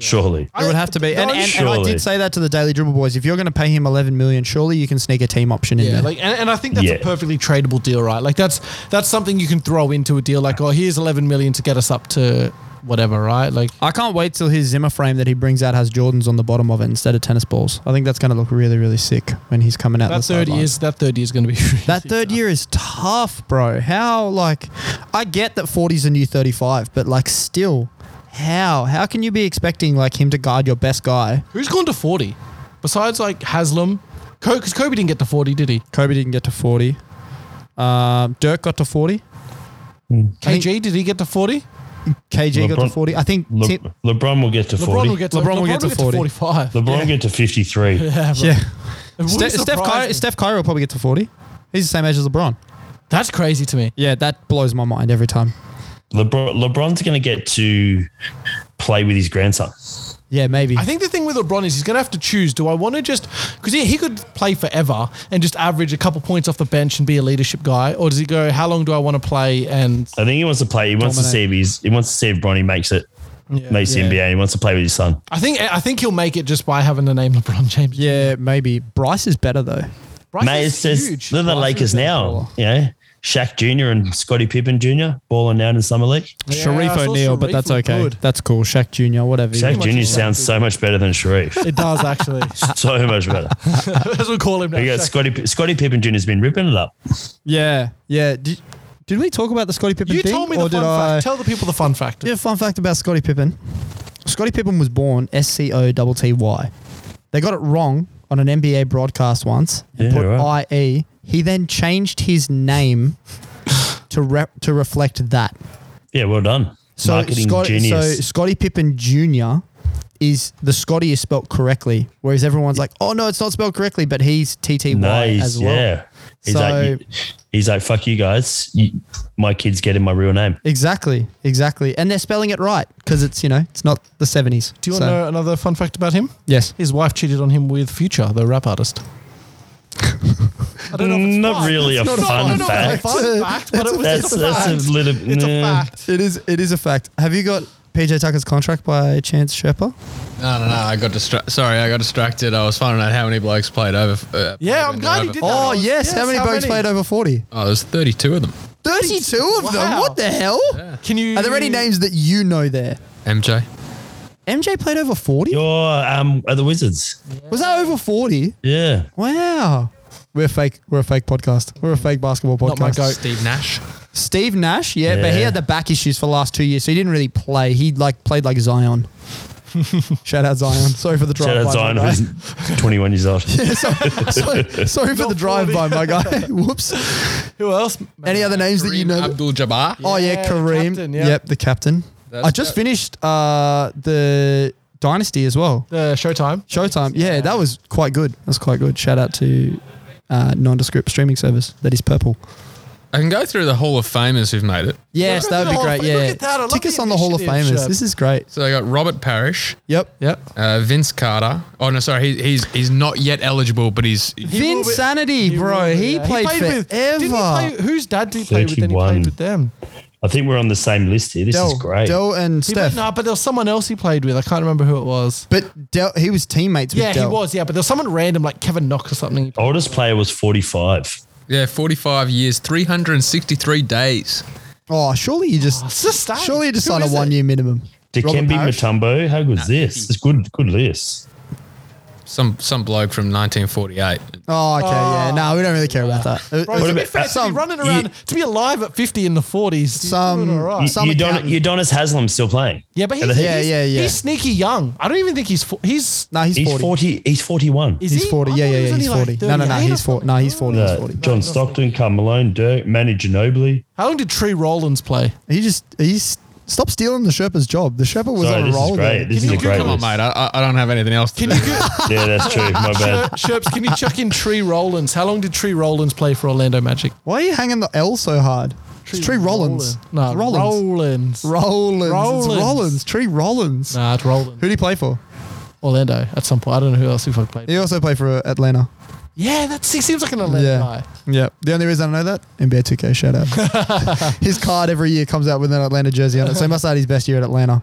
Surely. It would have to be. And, and, and I Surely. did say that to the Daily Dribble boys. If you're going to pay him 11 million, surely you can sneak a team option in Yeah, there. like and, and I think that's a Yeah. perfectly tradable deal, right? Like that's that's something you can throw into a deal like, oh, here's eleven million to get us up to whatever, right? Like I can't wait till his Zimmer frame that he brings out has Jordans on the bottom of it instead of tennis balls. I think that's going to look really, really sick when he's coming out. that the third sideline. year's that third year's gonna be *laughs* That third year is tough, bro. How like I get that 40's a new 35, but like still, how how can you be expecting like him to guard your best guy? Who's gone to forty? Besides like Haslam. Because Kobe didn't get to forty, did he? Kobe didn't get to 40. Um, Dirk got to 40. KG, did he get to forty? KG got to LeBron- 40. I think Le- Tim, LeBron will get to LeBron forty. will get to LeBron will get to 40. forty-five. *laughs* LeBron get to fifty *laughs* three. yeah. It wouldn't Ste- Steph, surprise Curry, me. Steph Curry will probably get to 40. He's the same age as LeBron. That's crazy to me. Yeah, that blows my mind every time. LeBron, LeBron's going to get to play with his grandson. Yeah, maybe. I think the thing with LeBron is he's going to have to choose. Do I want to just because he, he could play forever and just average a couple points off the bench and be a leadership guy, or does he go? How long do I want to play? And I think he wants to play. He wants to Dominate. see if he's, he wants to see if Bronny makes it, makes the NBA. He wants to play with his son. I think I think he'll make it just by having the name LeBron James. yeah, maybe. Bryce is better though. Bryce Mate, is it's just huge. look at the Bryce is Lakers a- now. You know, Shaq Jr. and Scotty Pippen Jr. balling out in summer league. Yeah, I Sharif saw O'Neal, but Sharif that's look okay. good. That's cool. Shaq Jr., whatever. you Shaq want. Jr. sounds so much better than Sharif. *laughs* *laughs* It does actually. *laughs* so much better. That's what we call him now. You got Shaq. Scotty Scotty Pippen Jr. has been ripping it up. Yeah, yeah. Did, did we talk about the Scotty Pippen You thing? told me or the did fun I? fact. Tell the people the fun fact. Yeah, fun fact about Scottie Pippen. Scottie Pippen was born S C O T T Y. They got it wrong on an NBA broadcast once and Yeah, put right. IE. He then changed his name to re- to reflect that. Yeah, well done. So Marketing Scott- genius. So Scottie Pippen Jr. is the Scotty is spelt correctly, whereas everyone's like, "Oh no, it's not spelled correctly," but he's T T Y nice. as well. Yeah. He's So- like, he's like, fuck you guys. You, my kids getting my real name. Exactly, exactly, and they're spelling it right because it's you know it's not the seventies. Do you want to know another fun fact about him? Yes. His wife cheated on him with Future, the rap artist. *laughs* I don't know if it's Not fun. really It's *laughs* a not fun I don't know if it's fact. a fun fact, but it was That's it's a that's fact. a little. It's a nah. fact. It is. It is a fact. Have you got PJ Tucker's contract by chance, Sherpa? No, no, no. I got distracted. Sorry, I got distracted. I was finding out how many blokes played over. Uh, Yeah, played I'm glad he over. did that. Oh yes. Yes, How many how blokes many? played over forty? Oh, there's 32 of them. Thirty-two of them. Wow. What the hell? Can you? Are there any names that you know there? MJ. MJ played over forty. You're um, are the Wizards. Was that over forty? Yeah. Wow. We're fake. We're a fake podcast. We're a fake basketball podcast. Not my goat. Steve Nash. Steve Nash, yeah, but he Yeah. had the back issues for the last two years, so he didn't really play. He like played like Zion. Shout out Zion. Sorry for the drive. Shout out Zion, who's 21 *laughs* years old. sorry, sorry for the drive by my guy. Whoops. Who else? Any other names that you know? that- Abdul Jabbar. Oh yeah, Yeah, the Kareem. captain, yeah. Yep, the captain. That's- I just that- finished uh, the Dynasty as well. Uh, Showtime. Showtime. Yeah, that was quite good. That was quite good. Shout out to uh, nondescript streaming service that is purple. I can go through the Hall of Famers who've made it. Yes, Look at that would the be Hall of great. Fame. Look Yeah, at that. I love tick us the on the Hall of initiative, Famers. Shep. This is great. So they got Robert Parrish, Yep. Yep. uh, Vince Carter. Oh no, sorry, he, he's he's not yet eligible, but he's He will be- Vinsanity, He bro. will be, He yeah. played, with- forever. didn't he play- whose dad did he play with? Then he 31. played with them. I think we're on the same list here. This Dell, is great. Dell and He played, Steph. no, but there was someone else he played with. I can't remember who it was. But Del, he was teammates with Yeah, Del. he was. Yeah, but there was someone random like Kevin Knox or something. Oldest player was 45. yeah, 45 years, 363 days. Oh, surely you just it's just that. surely you just Who sign a is it? one year minimum. Robert Dikembe Parrish? Mutombo. How good is this? It's good, good list. Some some bloke from 1948. Oh, okay, yeah. No, we don't really care about that. Uh, Bro, uh, to be about- fair, to some- be running around, you- to be alive at 50 in the 40s, you're Some- doing all right. Some You, Udon- accountant. Udonis Haslam's still playing. yeah, but he's, And I think- Oh, Yeah, he's, yeah, yeah. he's sneaky young. I don't even think he's, fo- he's, no, he's, He's 40. 40. He's 41. is He's he? 40. I Yeah, thought yeah, he yeah. was He's only, like, 40. No, no, no. 38 or He's 40. No, he's 40. He's Uh, 40. John Stockton, Carl Malone, Dirk, Manny Ginobili. How long did Tree Rollins play? He just, he's, stop stealing the Sherpa's job. The Sherpa was Sorry, on a this is roll. great. there. This is a great Come on, list. mate. I, I- I don't have anything else to Can do. you go, *laughs* Yeah, that's true. *laughs* My bad. Sherps, can you chuck in Tree Rollins? How long did Tree Rollins play for Orlando Magic? Why are you hanging the L so hard? It's Tree Rollins. No, It's Rollins. Rollins. Rollins. Rollins. It's Rollins. Rollins. Tree Rollins. Nah, it's Rollins. Who did he play for? Orlando at some point. I don't know who else he fucking played. He also played for uh, Atlanta. Yeah, that he seems like an Orlando guy. Yeah. The only reason I know that, NBA 2K, shout *laughs* out. his card every year comes out with an Atlanta jersey on it. So he must have had his best year at Atlanta.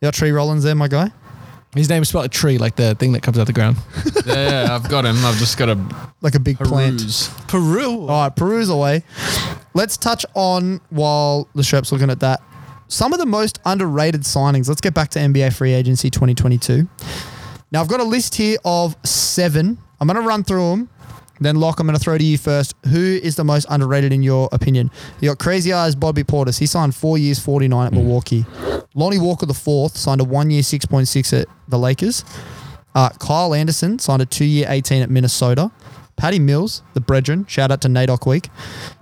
You got Tree Rollins there, my guy? His name is spelled like tree, like the thing that comes out the ground. yeah, yeah, I've got him. I've just got a Like a big plant. peruse. Peru. All right, peruse away. Let's touch on while the Sherp's looking at that. Some of the most underrated signings. Let's get back to NBA free agency 2022. Now I've got a list here of seven. I'm going to run through them. Then Locke, I'm going to throw to you first. Who is the most underrated in your opinion? You got Crazy Eyes Bobby Portis. He signed four years, 49 at Milwaukee. Lonnie Walker the fourth signed a one year, 6.6 at the Lakers. Uh, Kyle Anderson signed a two year, 18 at Minnesota. Patty Mills, the Brethren. Shout out to NADOC Week.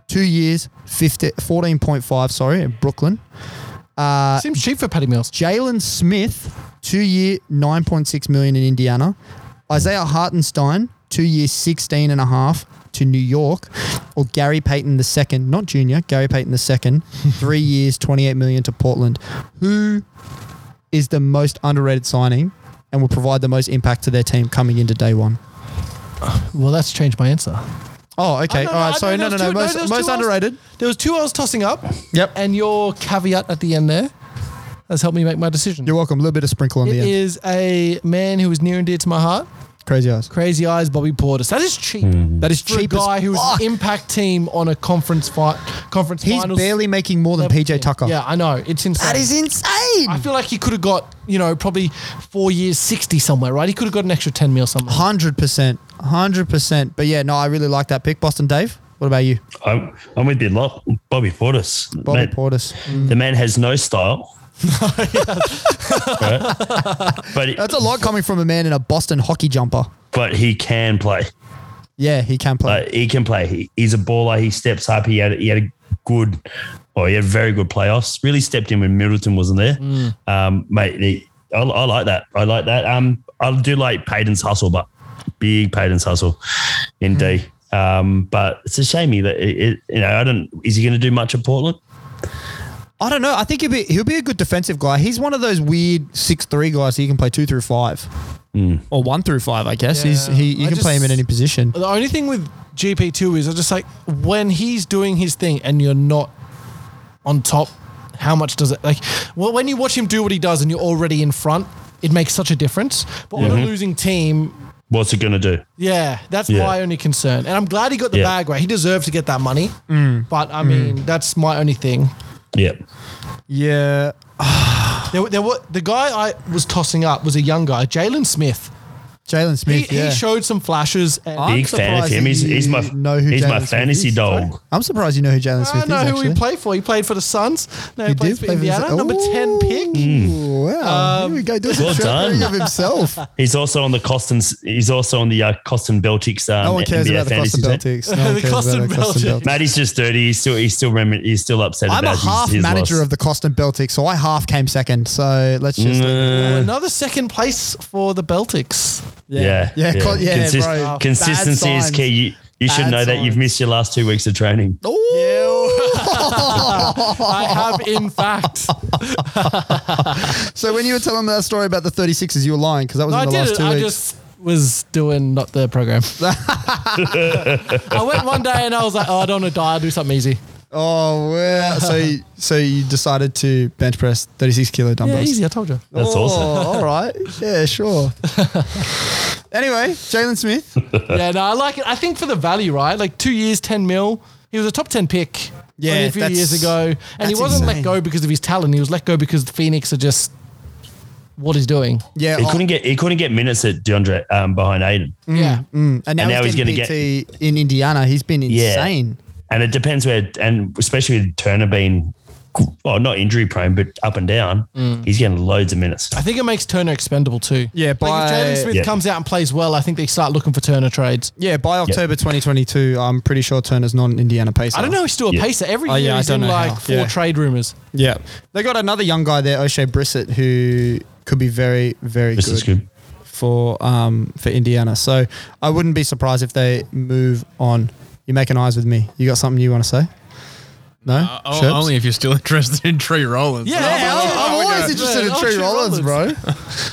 Two years, 50, 14.5. Sorry, at Brooklyn. Uh, Seems cheap for Patty Mills. Jalen Smith, two year, 9.6 million in Indiana. Isaiah Hartenstein, two year, 16 and a half to New York. Or Gary Payton the second, not junior, Gary Payton the second, three years, 28 million to Portland. Who is the most underrated signing and will provide the most impact to their team coming into day one? Well, that's changed my answer. Oh, okay. Oh, no, All no, I right. know Sorry. No, no, there's no. two- no, Most, there's two most else. underrated. There was two I was tossing up. Yep. And your caveat at the end there has helped me make my decision. You're welcome. A little bit of sprinkle on It the end. is a man who is near and dear to my heart. Crazy eyes. Crazy eyes, Bobby Portis. That is cheap. That is Hmm. Cheap for a as guy who was fuck. an impact team on a conference fight. Conference He's finals. barely making more than level PJ team. Tucker. Yeah, I know. It's insane. That is I insane. feel like he could have got you know probably four years sixty somewhere, right? He could have got an extra ten mil somewhere. Hundred percent, hundred percent. But yeah, no, I really like that pick, Boston Dave. What about you, I'm, I'm with you, lot. Bobby Portis. Bobby Man- Portis? The man has *laughs* no style. Right? But he- That's a lot coming from a man in a Boston hockey jumper. but he can play. Yeah, he can play. Like, Uh, he can play. He, he's a baller. He steps up. He had he had a good, or he had very good playoffs. Really stepped in when Middleton wasn't there. Mm. Um, mate, he, I, I like that. I like that. Um, I do like Payton's hustle, but big Payton's hustle, indeed. Mm. Um, but it's a shame he that it, it, you know I don't. Is he going to do much at Portland? I don't know. I think he'll be he'll be a good defensive guy. He's one of those weird six three guys. He can play two through five, or one through five. I guess he's Yeah. he. You I can play him in just- any position. The only thing with GP two is I just like when he's doing his thing and you're not on top. How much does it like? Well, when you watch him do what he does and you're already in front, it makes such a difference. But on a losing team, What's it going to do? Yeah, that's Mm-hmm. Yeah. my only concern. And I'm glad he got the Yeah. bag right. He deserved to get that money. Mm. But I mean, that's my only thing. Yep. Yeah, There, were- there were, the guy I was tossing up was a young guy, Jalen Smith. Jalen He, Smith. yeah. he showed some flashes. And I'm Big fan of surprised him. that He's, you he's my know who he's Jalen my Smith fantasy is. dog. I'm surprised you know who Jalen Smith I is. know who actually. he played for. He played for the Suns. Now he, He did plays for play for the Indiana, Sun- number Ooh. 10 pick. Um, Wow, here we go. Doing some Well sharing done. of *laughs* himself. He's also on the Costin. He's also on the uh, Costin Beltics. Um, No one cares NBA about the fantasy Costin *laughs* team. Celtics. No one The cares about Costin the Costin Celtics. Celtics. Matty's just dirty. He's still he's still rem- he's still upset I'm a about his- half his manager loss. of the Costin Celtics, so I half came second. So let's just Mm. Oh, *laughs* Another second place for the Celtics. yeah yeah, co- yeah, bro. Consistency Bad is key. You, you should Bad know that you've signs. missed your last two weeks of training. I *laughs* have, in fact. So when you were telling me that story about the 36ers, you were lying because that was No, I in the did last it. two I weeks. just was doing not the *laughs* program. I went one day and I was like, oh, I don't want to die. I'll do something easy. oh wow! so you- so you decided to bench press 36 kilo Yeah, dumbbells. easy. I told you. That's Oh, awesome. All right. Yeah, sure. anyway, Jalen Smith. Yeah, no, I like it. I think for the value, right? Like two years, 10 mil. He was a top 10 pick Yeah, only a few that's- years ago. And he that's wasn't insane. let go because of his talent. He was let go because the Phoenix are just what he's doing. Yeah, He oh, couldn't get he couldn't get minutes at DeAndre um, behind Aiden. Yeah. mm, and now, and now he's he's getting gonna PT in Indiana. He's been Yeah. insane. And it depends where, and especially with Turner being, well, not injury prone, but up and down, Mm. he's getting loads of minutes. I think it makes Turner expendable too. Yeah, like if by- Jalen Smith Yeah. comes out and plays well, I think they start looking for Turner trades. Yeah, by October 2022, I'm pretty sure Turner's not an Indiana Pacer. I don't know. He's still a Yeah. pacer. Every Oh, year yeah, I he's don't in know like how. four Yeah. trade rumors. Yeah, they got another young guy there, O'Shea Brissett, who could be very, very This good, is good. for um for Indiana. So I wouldn't be surprised if they move on. You're making eyes with me. You got something you want to say? No, Oh, Sherbs? only if you're still *laughs* interested in Tree Rollins. Yeah, I'm, I'm- I'm always always interested in Oh, Tree Trey Rollins, bro.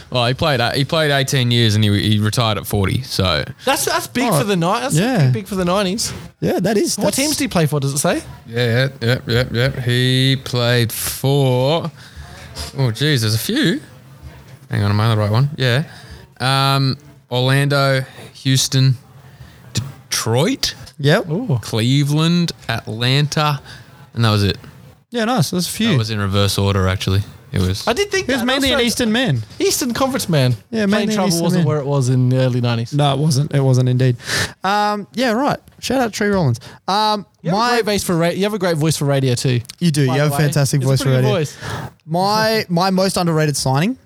Well, he played he played 18 years and he, he retired at 40. So That's that's big Oh, for the night. That's yeah. big for the nineties. Yeah, that is. What that's- teams do you play for? Does it say? yeah, yeah, yeah, yeah, yeah. He played for. Oh, geez, there's a few. Hang on, am I on the right one? Yeah. Um, Orlando, Houston, Detroit, Yep. Cleveland, Atlanta, and that was it. Yeah, nice. There's a That few. was in reverse order, actually. It was. I did think He was that. mainly an Also, Eastern man. Eastern Conference man. Yeah, mainly playing an trouble Eastern wasn't man. where it was in the early nineties. No, it wasn't. It wasn't indeed. Um, yeah, right. Shout out Tree Rollins. Um, You have a my great voice for ra- you have a great voice for radio too. you do. You by have the a way. fantastic It's voice a for pretty good radio. voice. My my most underrated signing,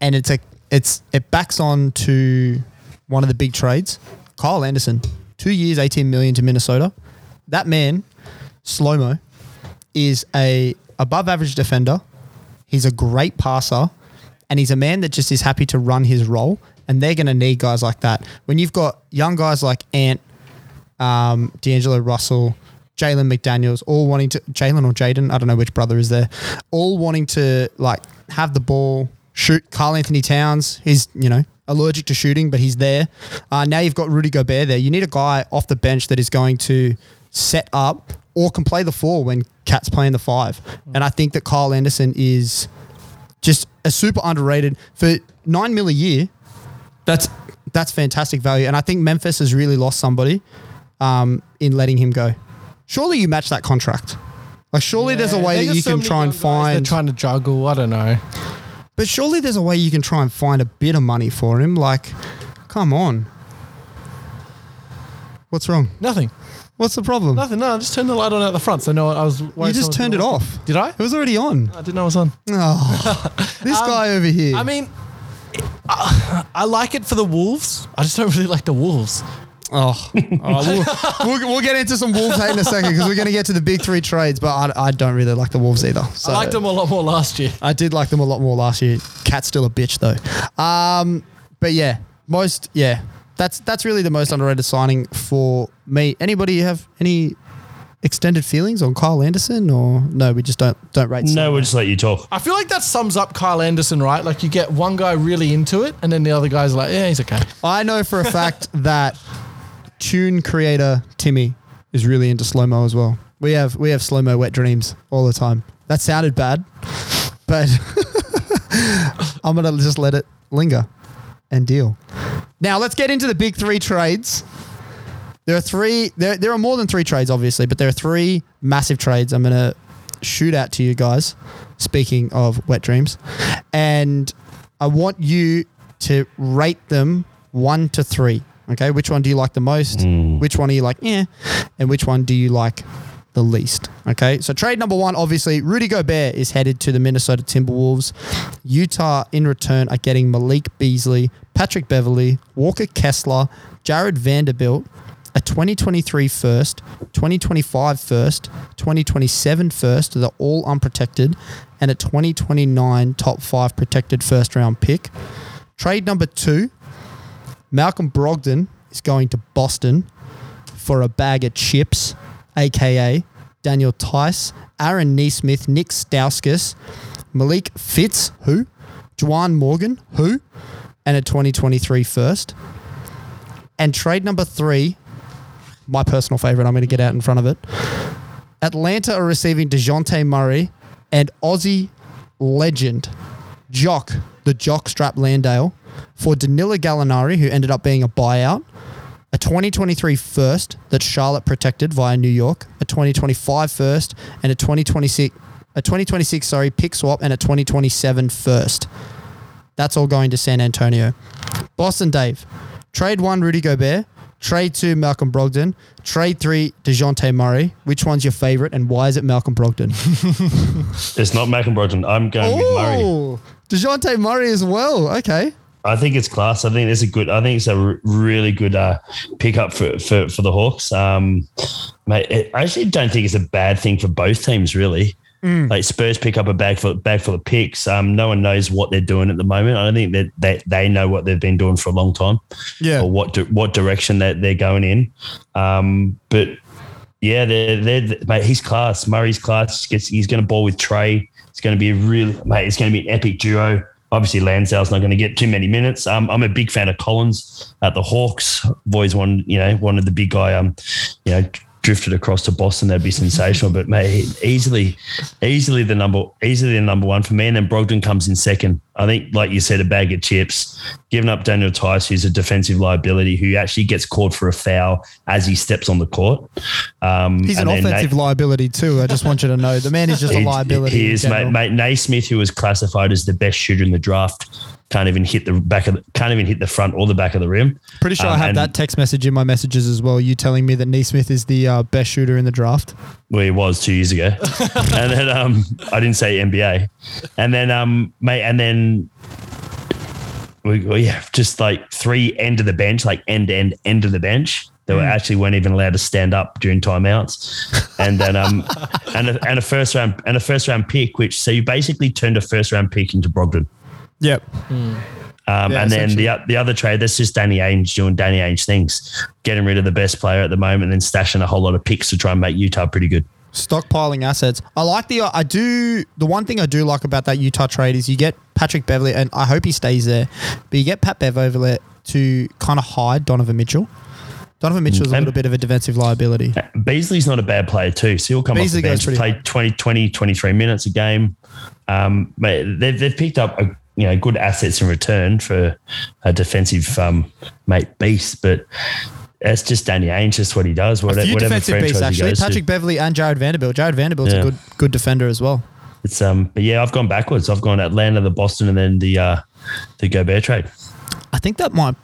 and it's a it's it backs on to one of the big trades, Kyle Anderson, two years, eighteen million to Minnesota. That man, slow mo, is a above average defender. He's a great passer, and he's a man that just is happy to run his role. And they're going to need guys like that when you've got young guys like Ant, um, D'Angelo Russell, Jalen McDaniels, all wanting to Jalen or Jaden, I don't know which brother is there, all wanting to like have the ball, shoot. Carl Anthony Towns, he's you know allergic to shooting, but he's there. Uh, now you've got Rudy Gobert there. You need a guy off the bench that is going to set up or can play the four when Cat's playing the five. And I think that Kyle Anderson is just a super underrated for nine mil a year. That's that's fantastic value. And I think Memphis has really lost somebody um, in letting him go. Surely you match that contract. Like surely there's a way that you can try and They're find. trying to juggle. I don't know. but surely there's a way you can try and find a bit of money for him. Like, come on. What's wrong? Nothing. What's the problem? Nothing. No, I just turned the light on out the front. So no, I was. You just turned it off. Did I? It was already *laughs* on. I didn't know it was on. Oh, this guy over here. I mean, I, I like it for the Wolves. I just don't really like the Wolves. Oh, oh, we'll, we'll, we'll get into some Wolves hate in a second because we're going to get to the big three trades, but I, I don't really like the Wolves either. So I liked them a lot more last year. I did like them a lot more last year. Cat's still a bitch though. Um, but yeah, most yeah, that's that's really the most underrated signing for me. Anybody have any extended feelings on Kyle Anderson or no? We just don't don't rate. No, we'll just let you talk. I feel like that sums up Kyle Anderson, right? Like you get one guy really into it, and then the other guy's like, yeah, he's okay. I know for a fact *laughs* that tune creator Timmy is really into slow mo as well. We have we have slow mo wet dreams all the time. That sounded bad, *laughs* but *laughs* I'm gonna just let it linger and deal. Now let's get into the big three trades. There are three. There there are more than three trades, obviously, but there are three massive trades. I'm gonna shoot out to you guys. Speaking of wet dreams, and I want you to rate them one to three. Okay, which one do you like the most? Which one are you like, yeah? And which one do you like the least? Okay, so trade number one, obviously, Rudy Gobert is headed to the Minnesota Timberwolves. Utah, in return, are getting Malik Beasley, Patrick Beverly, Walker Kessler, Jared Vanderbilt, a 2023 first, 2025 first, 2027 first, the all unprotected, and a 2029 top five protected first round pick. Trade number two, Malcolm Brogdon is going to Boston for a bag of chips, aka Daniel Tice, Aaron Neesmith, Nick Stauskas, Malik Fitz, who, Juan Morgan, who, and a 2023 first. And trade number three, my personal favorite, I'm going to get out in front of it. Atlanta are receiving DeJounte Murray and Aussie legend Jock, the Jock Strap Landale, for Danilo Gallinari, who ended up being a buyout, a 2023 first that Charlotte protected via New York, a 2025 first, and a 2026, a 2026 sorry pick swap, and a 2027 first. That's all going to San Antonio. Boston Dave, trade one Rudy Gobert, trade two Malcolm Brogdon, trade three Dejounte Murray. Which one's your favorite, and why is it Malcolm *laughs* Brogdon? It's not Mac and Brodgen. I'm going with Murray. Oh, Dejounte Murray as well. Okay. I think it's class. I think it's a good. I think it's a r- really good uh, pickup for, for for the Hawks. Um, mate, it- I actually don't think it's a bad thing for both teams. Really, like Spurs pick up a bag for bag full of picks. Um, no one knows what they're doing at the moment. I don't think that they, they know what they've been doing for a long time. Yeah. or what di- what direction that they're going in. Um, but yeah, they're, they're, mate, he's class. Murray's class. Gets, he's going to ball with Trey. It's going to be a really, mate, it's going to be an epic duo. Obviously, Lansdale's not going to get too many minutes. Um, I'm a big fan of Collins at the Hawks. I've always wanted, you know, wanted the big guy, um, you know, drifted across to Boston. That'd be sensational. But, mate, easily, easily the number, easily the number one for me. And then Brogdon comes in second. I think, like you said, a bag of chips, giving up Daniel Tice, who's a defensive liability, who actually gets called for a foul as he steps on the court. Um, He's an and then Nate- offensive liability too. I just want you to know the man is just a he- liability. He in is, mate, general. mate. Naismith, who was classified as the best shooter in the draft, can't even hit the back of the, can't even hit the front or the back of the rim. Pretty sure I Um, had and- that text message in my messages as well. You telling me that Neesmith is the uh, best shooter in the draft. Well, he was two *laughs* years ago, and then um, I didn't say NBA, and then um, mate, and then we, we have just like three end of the bench, like end end end of the bench. They Hmm. were actually weren't even allowed to stand up during timeouts, and then um, and a, and a first round and a first round pick, which so you basically turned a first round pick into Brogdon. Yep. Um, Yeah, and then the o- the other trade, that's just Danny Ainge doing Danny Ainge things, getting rid of the best player at the moment, and then stashing a whole lot of picks to try and make Utah pretty good. Stockpiling assets. I like the. I do. The one thing I do like about that Utah trade is you get Patrick Beverly, and I hope he stays there. But you get Pat Bev over there to kind of hide Donovan Mitchell. Donovan Mitchell's a And- little bit of a defensive liability. Beasley's not a bad player too, so he'll come Beasley off the goes bench, pretty play hard. 20, 20, 23 minutes a game. Um, mate, they've, they've picked up a you know good assets in return for a defensive um, mate beast, but that's just Danny Ainge. Just what he does. Whatever, A few whatever defensive franchise beasts, he actually. goes to. Patrick Beverly and Jared Vanderbilt. Jared Vanderbilt's Yeah. a good good defender as well. It's um, but yeah, I've gone backwards. I've gone Atlanta, the Boston, and then the uh, the Gobert trade. I think that might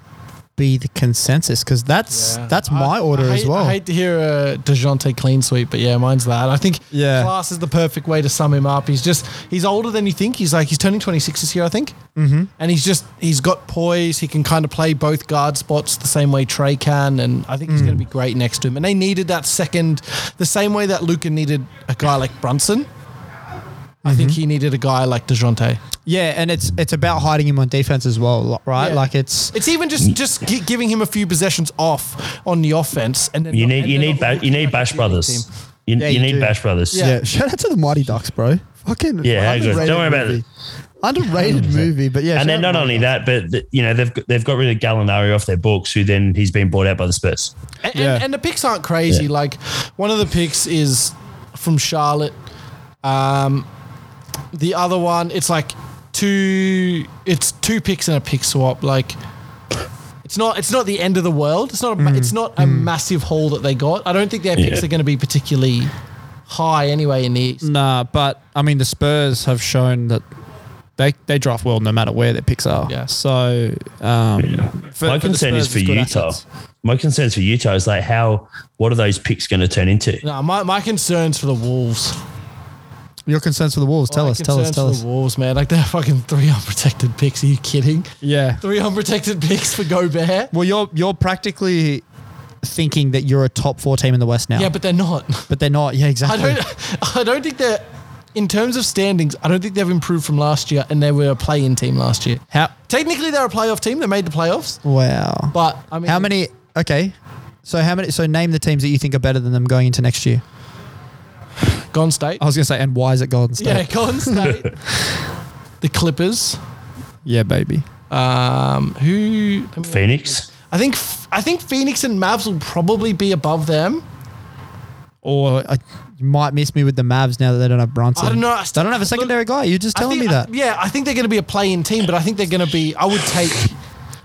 be the consensus because that's that's I- my order I hate, as well. I hate to hear a DeJounte clean sweep, but yeah, mine's that. I think Yeah. class is the perfect way to sum him up. He's just, he's older than you think. He's like, he's turning 26 this year, I think. Mm-hmm. And he's just, he's got poise. He can kind of play both guard spots the same way Trey can. And I think he's Mm. going to be great next to him. And they needed that second, the same way that Luca needed a guy like Brunson. I Mm-hmm. think he needed a guy like DeJounte. yeah, and it's it's about hiding him on defense as well, lo- right? Yeah. Like it's It's even just just gi- giving him a few possessions off on the offense, and then You not- need and you then need not ba- looking you need like a Bash G League Brothers. team. You, Yeah, you you need do. Bash Brothers. yeah. Shout out to the Mighty Ducks, bro. Fucking Yeah, how good. underrated Don't worry about movie. it. Underrated movie, but yeah, and then shout out not to only Mighty that, but th- you know they've they've got rid of Gallinari off their books, who then he's been bought out by the Spurs. And, Yeah. and, and the picks aren't crazy. Yeah. Like one of the picks is from Charlotte. Um, the other one, it's like two. It's two picks and a pick swap. Like it's not. It's not the end of the world. It's not. A, ma- Mm. It's not a massive haul that they got. I don't think their picks Yeah. are going to be particularly high anyway in the East. Nah, but I mean the Spurs have shown that they they draft well no matter where their picks are. Yeah. So um, for- for the My concern is Spurs, for it's good Utah. assets. My concern is for Utah is like how what are those picks going to turn into? No, my, my concerns for the Wolves. Your concerns for the Wolves? Tell My us, tell us, concerns tell for us. The Wolves, man, like they're fucking three unprotected picks. Are you kidding? Yeah. Three unprotected picks for Gobert. Well, you're you're practically thinking that you're a top four team in the West now. Yeah, but they're not. but they're not. Yeah, I exactly. don't. *laughs* I don't think they're. In terms of standings, I don't think they've improved from last year, and they were a play-in team last year. How? Technically, they're a playoff team. They made the playoffs, Wow. but I mean, how many? Okay. So how many? So name the teams that you think are better than them going into next year. Gone State. I was gonna say, and why is it Oh, Golden State? yeah, Gone State. *laughs* the Clippers. Yeah, baby. Um, who? Phoenix. I think. I think Phoenix and Mavs will probably be above them. Or I, you might miss me with the Mavs now that they don't have Brunson. I don't know. I They don't have a secondary guy. You're just I telling think- uh, me that. I- yeah, I think they're going to be a play-in team, but I think they're going to be. I would take.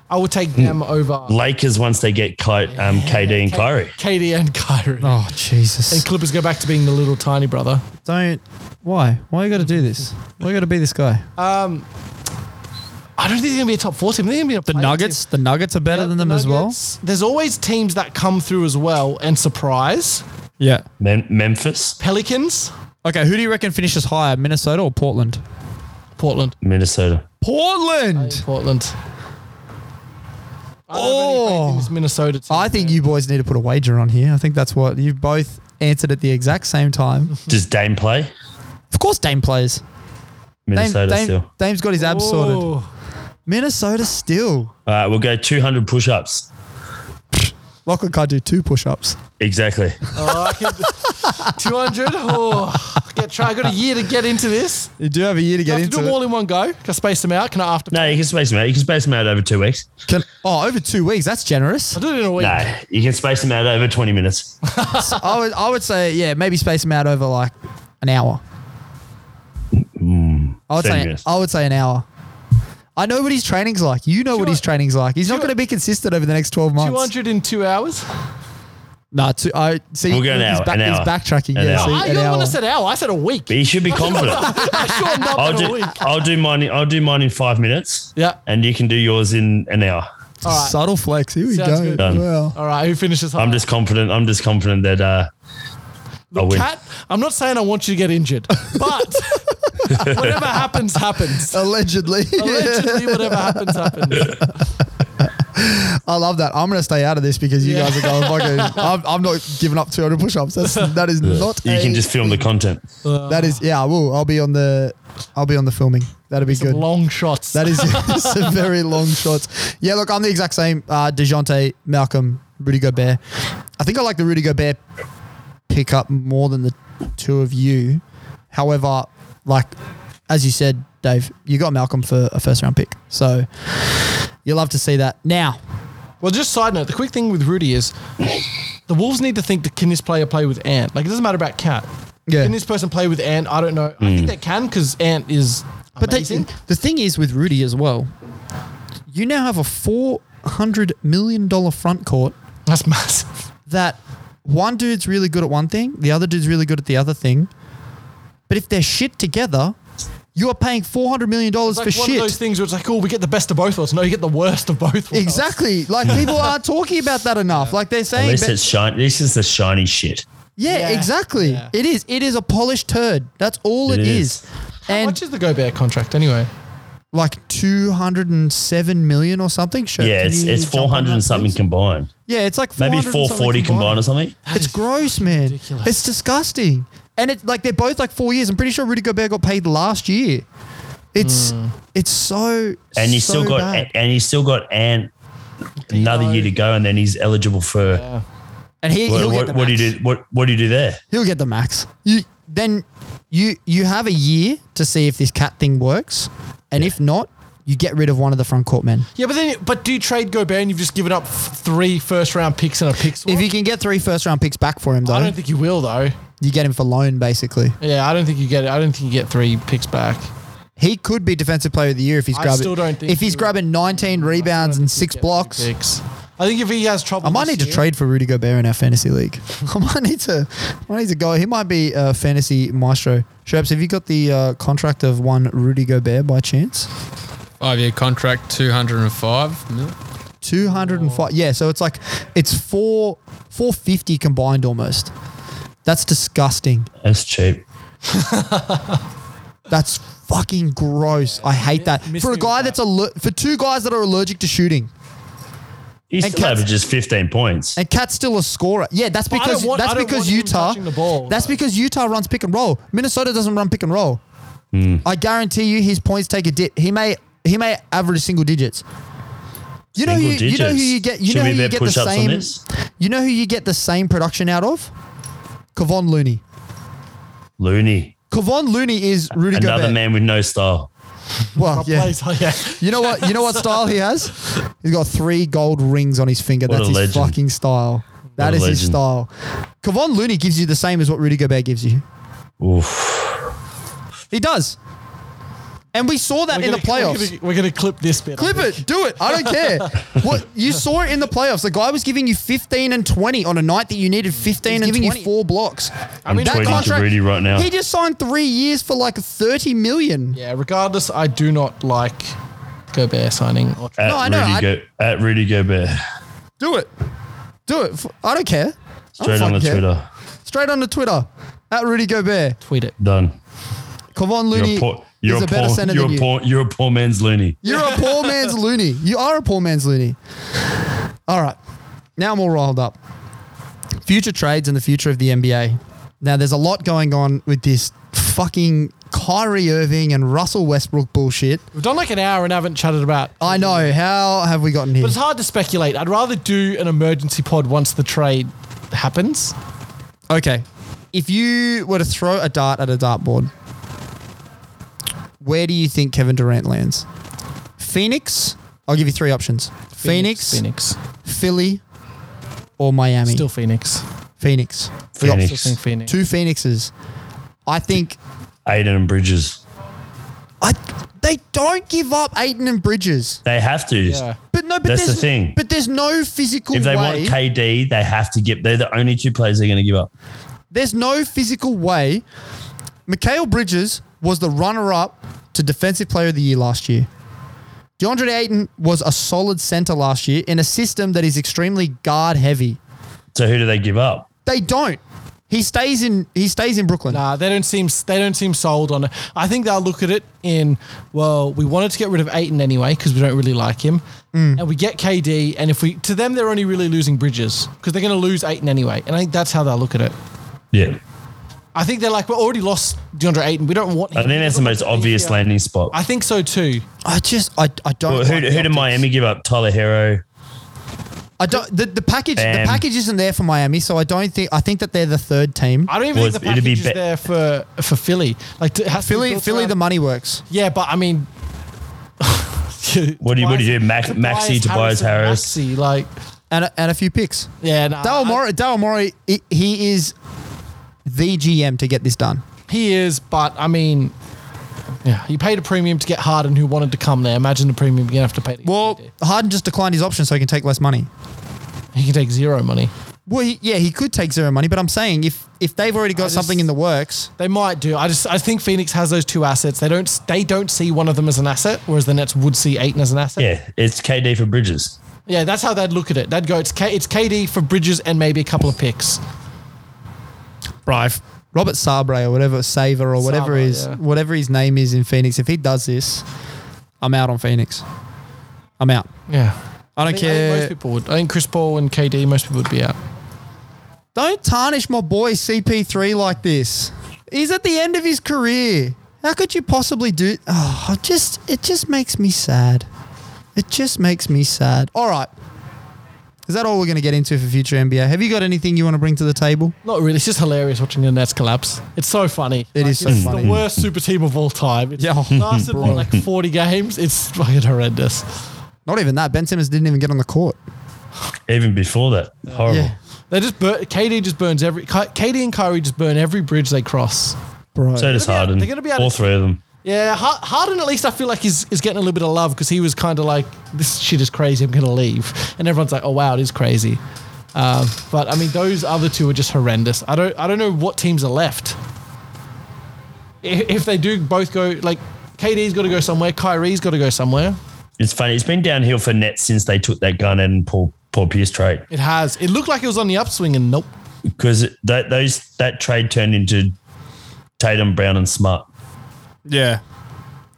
I would take them Hmm. over. Lakers once they get Ky- um, KD and Kyrie. KD and Kyrie. Oh Jesus! And Clippers go back to being the little tiny brother. Don't. Why? Why you got to do this? Why you got to be this guy? I don't think they're going to be a top four team. They're going to be a the play-in Nuggets. team. The Nuggets are better Yeah, than the them as well. Nuggets. There's always teams that come through as well and surprise. Yeah. Mem- Memphis, Pelicans, Okay. Who do you reckon finishes higher, Minnesota or Portland? Portland, Minnesota. Portland. Portland. I don't have any faith in Oh. this Minnesota. Team. I think you boys need to put a wager on here. I think that's what you've both answered at the exact same time. *laughs* Does Dame play? Of course, Dame plays. Dame, Minnesota Dame, still. Dame's got his abs sorted. Ooh. Minnesota still. All right, we'll go 200 push-ups. Lachlan can't do two push-ups. Exactly. Oh, I can, *laughs* 200. Oh, get try. I got a year to get into this. You do have a year to Do I get have to do into them it. all in one go? Can I space them out? Can I after? No, you can space them out. You can space them out over two weeks. Can- oh, over two weeks. That's generous. *laughs* I'll do it in a week. No, you can space them out over 20 minutes. I would, I would say, yeah, maybe space them out over like an hour. Hmm. I would say, Dangerous. I would say an hour. I know what his training's like. You know what his want- training's like. He's not going to be consistent over the next twelve months. 200 in two hours? No, two, I see. We'll go an he's hour, an he's hour. backtracking. An yeah, hour. see, I, an you're the one hour. that said hour. I said a week. But you *laughs* should be confident. I *laughs* sure not I'll been a do, week. I'll do mine. I'll do mine in five minutes. Yeah. And you can do yours in an hour. All right. Subtle flex. Here we Sounds go. good. Done. Wow. All right. Who finishes higher? I'm just confident. I'm just confident that uh, I win. Cat, I'm not saying I want you to get injured, *laughs* but *laughs* whatever happens, happens. Allegedly. *laughs* *laughs* Allegedly, whatever happens, happens. I love that. I'm going to stay out of this because you guys are going fucking. I'm, I'm not giving up 200 push-ups. That's that is not. You a- can just film the content. That is yeah. I will. I'll be on the. I'll be on the filming. That'll be good. Long shots. That is *laughs* it's a very long shots. Yeah, look, I'm the exact same. Uh, Dejounte, Malcolm, Rudy Gobert. I think I like the Rudy Gobert pick up more than the two of you. However, like as you said, Dave, you got Malcolm for a first round pick, so you love to see that. Now, well, just side note, the quick thing with Rudy is the Wolves need to think that can this player play with Ant? Like, it doesn't matter about Cat. Yeah. Can this person play with Ant? I don't know. I think Hmm. they can because Ant is. But they, Amazing. the thing is with Rudy as well, you now have a four hundred million dollar front court That's massive. that one dude's really good at one thing, the other dude's really good at the other thing. But if they're shit together, you are paying four hundred million dollars It's like for one of shit. those things where it's like, oh, we get the best of both worlds. No, you get the worst of both worlds. *laughs* Exactly. Like people aren't talking about that enough. Like they're saying, Unless but- it's shiny. This is the shiny shit. yeah, Yeah. exactly. Yeah. It is. It is a polished turd. That's all It it is. is. How And much is the Go Bear contract anyway? like two hundred and seven million or something. Sure. yeah, it's it's four hundred and something combined. Yeah, it's like Maybe 400 and four forty something combined or something. It's gross, man. ridiculous. It's disgusting. And it's like they're both like four years. I'm pretty sure Rudy Gobert got paid last year. It's Hmm. it's so And he's so still got bad. and he's still got and another year to go, and then he's eligible for and he what, he'll get what, the what do you max. do? What what do you do there? He'll get the max. You then you you have a year to see if this cat thing works, and if not, you get rid of one of the front court men. Yeah, but then, but do you trade Go Bear and you've just given up f- three first round picks and a pick swap? If you can get three first round picks back for him, I though, don't think you will though. you get him for loan basically. Yeah, I don't think you get it. I don't think you get three picks back. He could be defensive player of the year if he's I grabbing still don't think if he's he would. grabbing 19 rebounds and six Get three blocks. picks. I think if he has trouble, I might this need to year- trade for Rudy Gobert in our fantasy *laughs* league. I might need to. I might need to go. He might be a fantasy maestro. Sherps, have you got the uh, contract of one Rudy Gobert by chance? Five year contract, 205 mil. Two hundred and five. Yeah, so it's like it's four four fifty combined almost. That's disgusting. That's cheap. That's fucking gross. I hate that missed for a me guy with that's aller- for two guys that are allergic to shooting. He And still Cats- averages fifteen points. And Cat's still a scorer. Yeah, that's I because don't want- that's I don't because want him Utah. touching the ball. that's because Utah runs pick and roll. Minnesota doesn't run pick and roll. Hmm. I guarantee you, his points take a dip. He may he may average single digits. You know, Single who, you know who digits. you get. You Should know we who you bet get the push-ups on same. this? You know who you get the same production out of? Kevon Looney. Looney, Kevon Looney is Rudy another Gobert. man with no style. Well, yeah. Plays, oh, yeah. You know what? You know what *laughs* style he has? He's got three gold rings on his finger. What That's a his legend. fucking style. That a is his legend. style. Kevon Looney gives you the same as what Rudy Gobert gives you. Oof. He does. And we saw that *laughs* We're in the gonna- we're playoffs. gonna- We're going to clip this bit. I Clip think. it, *laughs* do it. I don't care. What you saw it in the playoffs. The guy was giving you 15 and 20 on a night that you needed 15 and giving you four blocks. I I'm tweeting to Rudy right now. He just signed three years for like 30 million. Yeah. Regardless, I do not like Go Bear signing. Or At No, I know, Rudy I- Go, at Rudy Gobert. Do it. Do it. F- I don't care. I don't Straight on the fucking care. Twitter. Straight on the Twitter. At Rudy Gobert. tweet it. Done. Kevon You're Looney a poor. You're is a, a, better poor. center You're than a you. poor. You're a poor man's Looney. You're a *laughs* poor man's loony. You are a poor man's loony. All right. Now I'm all riled up. Future trades and the future of the NBA. Now there's a lot going on with this fucking Kyrie Irving and Russell Westbrook bullshit. We've done like an hour and haven't chatted about. I know. How have we gotten here? But it's hard to speculate. I'd rather do an emergency pod once the trade happens. Okay. If you were to throw a dart at a dartboard, where do you think Kevin Durant lands? Phoenix? I'll give you three options. Phoenix, Phoenix. Philly, or Miami. Still Phoenix. Phoenix. Still think Phoenix, Phoenix. two Phoenixes. I think Aiden and Bridges. I they don't give up Aiton and Bridges. They have to. Yeah. But no, but That's the there's, thing. But there's no physical If they way. want KD, they have to give. They're the only two players they're going to give up. there's no physical way. Mikhail Bridges was the runner-up to Defensive Player of the Year last year. DeAndre Ayton was a solid center last year in a system that is extremely guard-heavy. So who do they give up? They don't. He stays in. He stays in Brooklyn. Nah, they don't seem they don't seem sold on it. I think they'll look at it in well, we wanted to get rid of Aiton anyway because we don't really like him, Mm. and we get KD, and if we to them they're only really losing Bridges because they're going to lose Aiton anyway, and I think that's how they'll look at it. Yeah. I think they're like we already lost DeAndre Ayton, we don't want. Him. I think that's the most obvious landing spot. I think so too. I just. I. I don't. Well, who like the who did optics. Miami give up? Tyler Hero. I don't. The, the package. The Bam. package isn't there for Miami, so I don't think. I think that they're the third team. I don't even Well, think the package it'd be is be- there for for Philly. Like to, it has to be Philly, built Philly, around- the money works. yeah, but I mean. What do you- what do you do? Mac- Maxey, Tobias Harris. Maxi, like, and a, and a few picks. yeah, nah, Daryl Uh, I- Morey, Daryl Morey, i- he is the GM to get this done. He is, but I mean, Yeah, you paid a premium to get Harden, who wanted to come there. Imagine the premium you're gonna have to pay. To get Well, KD. Harden just declined his option so he can take less money. he can take zero money. Well, he, yeah, he could take zero money, but I'm saying if if they've already got just- something in the works, They might do. I just I think Phoenix has those two assets. They don't they don't see one of them as an asset, whereas the Nets would see Aiton as an asset. Yeah, it's KD for Bridges. Yeah, that's how they'd look at it. They'd go it's K, it's KD for Bridges and maybe a couple of picks. right? Robert Sabre or whatever Saver or whatever Sabre, his yeah. whatever his name is in Phoenix, if he does this, I'm out on Phoenix. I'm out. Yeah. I don't I think, I think care. most people would. I think Chris Paul and KD, most people would be out. Don't tarnish my boy CP3 like this. He's at the end of his career. How could you possibly do? Oh, it just it just makes me sad. It just makes me sad. All right. Is that all we're going to get into for future NBA? Have you got anything you want to bring to the table? Not really. It's just hilarious watching the Nets collapse. It's so funny. It Like, is so it's funny. the worst super team of all time. It's Yeah. *laughs* lasted what, like 40 games. It's fucking horrendous. Not even that. Ben Simmons didn't even get on the court. Even before that, horrible. Yeah. They just burn, KD just burns every Ky- KD and Kyrie just burn every bridge they cross. Bro. So does They're gonna be- Harden. they're gonna be out All of- three of them. Yeah, Har- Harden at least I feel like he's is getting a little bit of love because he was kind of like this shit is crazy. I'm gonna leave, and everyone's like, oh wow, it is crazy. Um, but I mean, those other two are just horrendous. I don't I don't know what teams are left. If, if they do both go like KD's got to go somewhere, Kyrie's got to go somewhere. It's funny. It's been downhill for Nets since they took that gun and Paul Paul Pierce trade It has. It looked like it was on the upswing, and nope. because that those that trade turned into Tatum, Brown, and Smart. Yeah.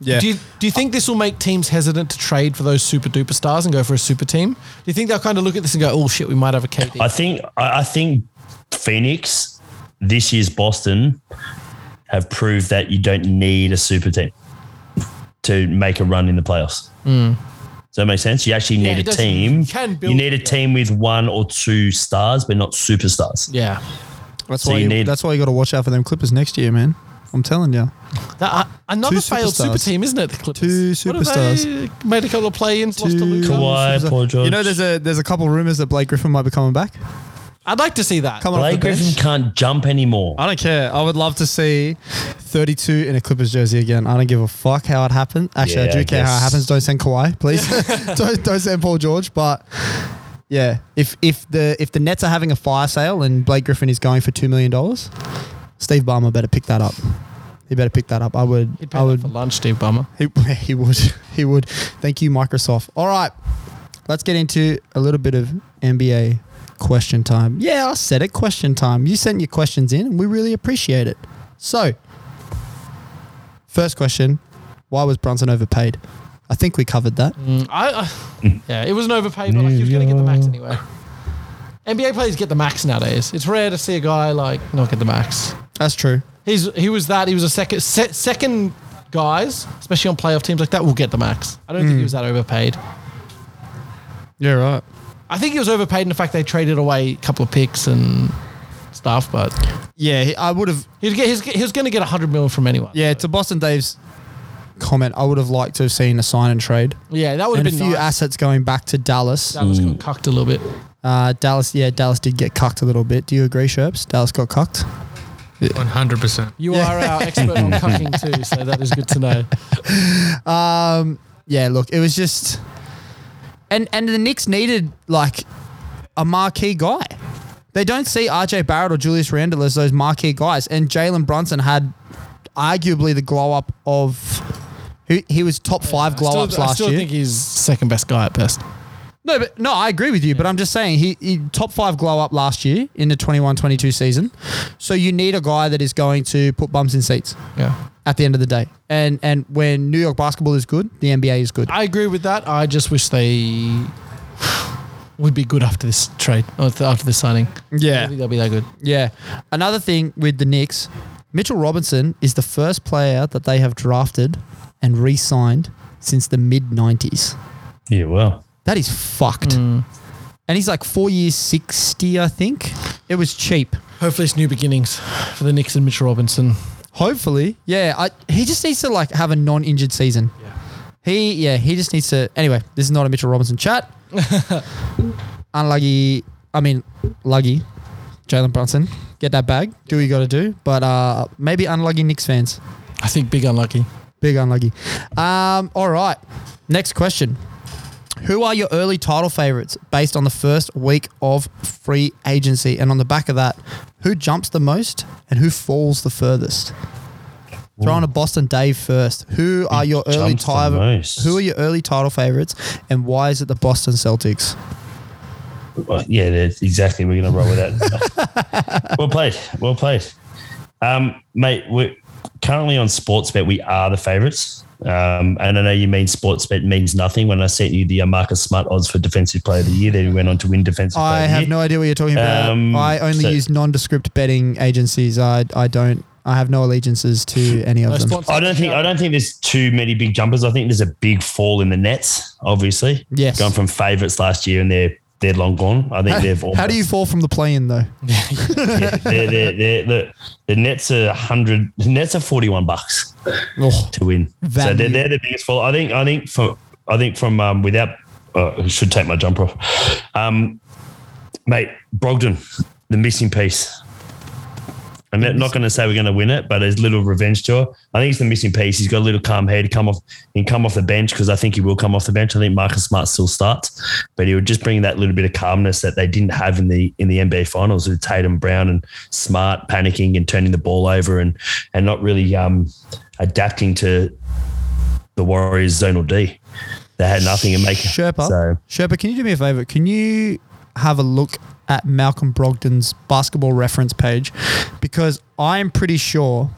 Yeah. Do you, do you think this will make teams hesitant to trade for those super duper stars and go for a super team? Do you think they'll kind of look at this and go, oh shit, we might have a KD? I think I I think Phoenix this year's Boston have proved that you don't need a super team to make a run in the playoffs. Does that make sense? You actually Hmm. Yeah, need it a does. team. You can build- you need a team with one or two stars, but not superstars. yeah. That's So why you you, need- that's why you got to watch out for them Clippers next year, man. I'm telling you. That, uh, another Two failed super superstars. team, isn't it? The Clippers. Two What have superstars. They made a couple of play-ins, lost to Luka. Kawhi, Paul George. You know, there's a there's a couple rumors that Blake Griffin might be coming back. I'd like to see that. Coming off the Blake Griffin bench. can't jump anymore. I don't care. I would love to see 32 in a Clippers jersey again. I don't give a fuck how it happened. Actually, I Yeah, do I care how it guess. happens. Don't send Kawhi, please. *laughs* don't, don't send Paul George. But yeah, if if the if the Nets are having a fire sale and Blake Griffin is going for two million dollars, Steve Ballmer better pick that up. He better pick that up. I would. He'd pay I that would. for lunch, Steve Bummer. He, *laughs* he would. He would. Thank you, Microsoft. All right. Let's get into a little bit of NBA question time. Yeah, I said it. Question time. You sent your questions in, and we really appreciate it. So, first question Why was Brunson overpaid? I think we covered that. Mm, I, I, yeah, it was an overpay, but like, he was going to get the max anyway. NBA players get the max nowadays. It's rare to see a guy like not get the max. That's true. He's he was that. He was a second se- second guys, especially on playoff teams like that, will get the max. I don't think Mm. he was that overpaid. Yeah, right. I think he was overpaid in the fact they traded away a couple of picks and stuff, but Yeah, he- I would have. he'd get, he's, he was going to get 100 million from anyone. Yeah, to Boston Dave's comment, I would have liked to have seen a sign and trade. Yeah, that would have And a been few Mm. nice. assets going back to Dallas. Dallas got cucked a little bit. Uh, Dallas, yeah, Dallas did get cucked a little bit. Do you agree, Sherps? Dallas got cucked. One hundred percent. You are our expert *laughs* on cucking too, so that is good to know. Yeah, look, it was just, and and the Knicks needed like a marquee guy. They don't see RJ Barrett or Julius Randle as those marquee guys, and Jalen Brunson had arguably the glow up of. He, he was top five *laughs* glow still, ups I last still year. think he's second best guy at best. no, but no, I agree with you. But I'm just saying he, he top five glow up last year in the 21-22 season. So you need a guy that is going to put bums in seats. Yeah. at the end of the day. And and when New York basketball is good, the NBA is good. I agree with that. I just wish they *sighs* would be good after this trade, or th- after this signing. I don't Yeah. think they'll be that good. Yeah. Another thing with the Knicks, Mitchell Robinson is the first player that they have drafted and re-signed since the mid 90s. yeah, well, That is fucked. And he's like 4 years 60, I think. It was cheap. Hopefully, it's new beginnings for the Knicks and Mitchell Robinson. Hopefully. Yeah, I, he just needs to like have a non-injured season. Yeah. He yeah, he just needs to anyway, this is not a Mitchell Robinson chat. Unlucky I mean luggy. Jalen Brunson. Get that bag. Do what you gotta do. But uh maybe unlucky Knicks fans. I think big unlucky. Big unlucky. Um, all right. Next question. Who are your early title favorites based on the first week of free agency? And on the back of that, who jumps the most and who falls the furthest? Throwing to Boston Dave first. Who are your early jumps the title? most? Who are your early title favorites, and why is it the Boston Celtics? Well, yeah, that's exactly. We're going to roll with that. *laughs* well played. Well played. Um, mate, we're currently on Sportsbet. We are the favourites. Um, and I know you mean Sportsbet means nothing when I sent you the uh, Marcus Smart odds for Defensive Player of the Year. Then we went on to win Defensive Player I of the have Year. no idea what you're talking about. Um, I only so- use nondescript betting agencies. I I don't. I have no allegiances to any of No them. sponsor- I don't think I don't think there's too many big jumpers. I think there's a big fall in the Nets, obviously. Yes. Gone from favourites last year and they're they're long gone. *laughs* I think they've all How do you fall from the play-in though? yeah, they're, they're, they're, the, the Nets are hundred the Nets are forty one bucks. Oh, to win. Value. So they're, they're the biggest fall. I think. I think for. I think from um, without. Uh, I should take my jumper off, um, mate. Brogdon, the missing piece. I'm not, not going to say we're going to win it, but there's little revenge to it. I think it's the missing piece. He's got a little calm head. He come off, he can come off the bench because I think he will come off the bench. I think Marcus Smart still starts, but he would just bring that little bit of calmness that they didn't have in the in the NBA Finals with Tatum, Brown, and Smart panicking and turning the ball over and and not really um, adapting to the Warriors zonal D. They had nothing and make Sherpa, So Sherpa, can you do me a favor? Can you have a look at Malcolm Brogdon's basketball reference page? Because I am pretty sure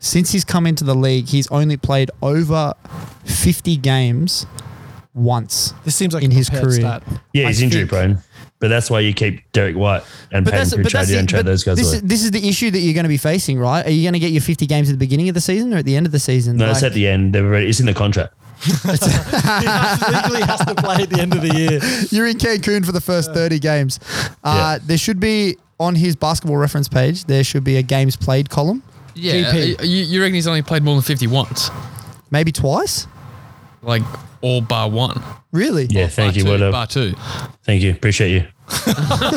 since he's come into the league, he's only played over 50 games once. This seems like in a his prepared career. *laughs* stat. yeah, I he's injury think- prone. But that's why you keep Derek White and Peyton Pritchard. You don't trade but those guys this, away. is, this is the issue that you're going to be facing, right? Are you going to get your 50 games at the beginning of the season or at the end of the season? No, it's Like- at the end. They're already, it's in the contract. He legally has to play at the end of the *laughs* year. You're in Cancun for the first 30 games. Uh, There should be on his basketball reference page. There should be a games played column, Yeah, GP. uh, you, you reckon he's only played more than 50 once? maybe twice. Like all bar one. Really? Yeah, thank bar you. Two, What bar up? two. Thank you. Appreciate you.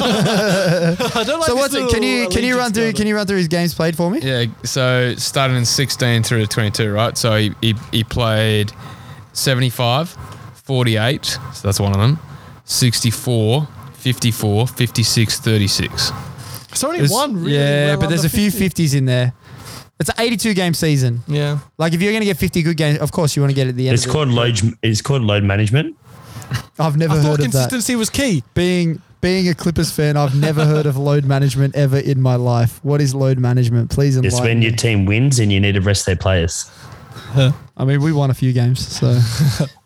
I don't like So this what's it? Can little you can you run allegiance through going can you run through his games played for me? Yeah, so started in 16 through to 22, right? So he, he, he played 75, 48, so that's one of them, 64, 54, 56, 36. on. It's only There's- one really. yeah, well but under there's a few 50. 50s in there. It's an 82 game season. Yeah. Like if you're going to get 50 good games, of course you want to get it at the end. It's of it. called load. It's called load management. I've never I thought heard of that. consistency was key. Being being a Clippers fan, I've never heard of load management ever in my life. What is load management? Please enlighten It's when me. your team wins and you need to rest their players. I mean, we won a few games, so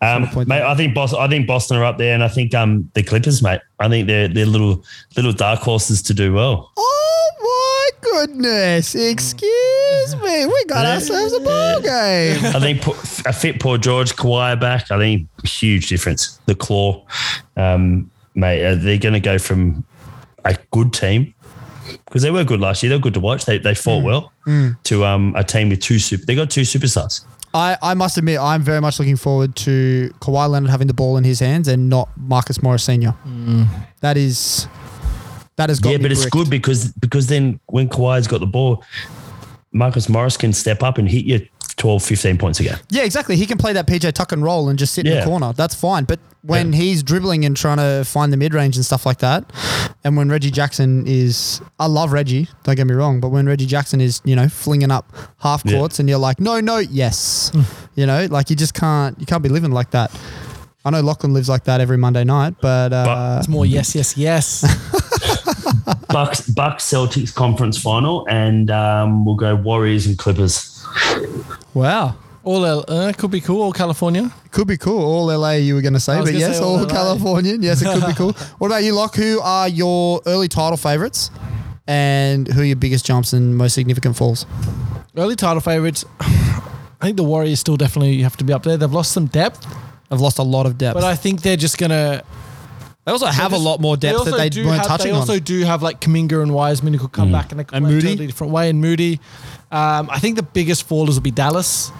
Um, point mate, I think Boston. I think Boston are up there, and I think um, the Clippers, mate. I think they're they're little little dark horses to do well. Oh my goodness! *laughs* Excuse me, we got ourselves a ball game. I think pu- a fit poor George Kawhi back. I think huge difference. The claw, um, mate. Uh, they're going to go from a good team because they were good last year. They were good to watch. They they Mm. fought well to um, a team with two super. They got two superstars. *laughs* I, I must admit, I'm very much looking forward to Kawhi Leonard having the ball in his hands and not Marcus Morris Senior. That is, that has got yeah, me but it's bricked. good because because then when Kawhi's got the ball, Marcus Morris can step up and hit you 12, 15 points *laughs* again. Yeah, exactly. He can play that PJ Tuck and roll and just sit in the Yeah. corner. That's fine. But when Yeah. he's dribbling and trying to find the mid range and stuff like that, and when Reggie Jackson is, I love Reggie. Don't get me wrong, but when Reggie Jackson is, you know, flinging up half Yeah. Hmm. courts, and you're like, no, no, yes, you know, like you just can't, you can't be living like that. I know Lachlan lives like that every Monday night, but, uh, It's more yes, yes, yes. Bucks Bucks Celtics conference final, and um, we'll go Warriors and Clippers. wow, *laughs* All L- uh, could be cool. All California. could be cool. All LA, you were going to say, I was but gonna yes, say all, all LA. Californian. Yes, it could be *laughs* cool. What about you, Locke? Who are your early title favorites? And who are your biggest jumps and most significant falls? Early title favorites. *sighs* I think the Warriors still definitely have to be up there. They've lost some depth, I've lost a lot of depth. but I think they're just gonna they also have just- a lot more depth also that they do weren't have- touching They also on. Mm. do have like Kaminga and Wiseman who could come back in a And Moody. totally different way. And Moody, um, I think the biggest fallers will be Dallas,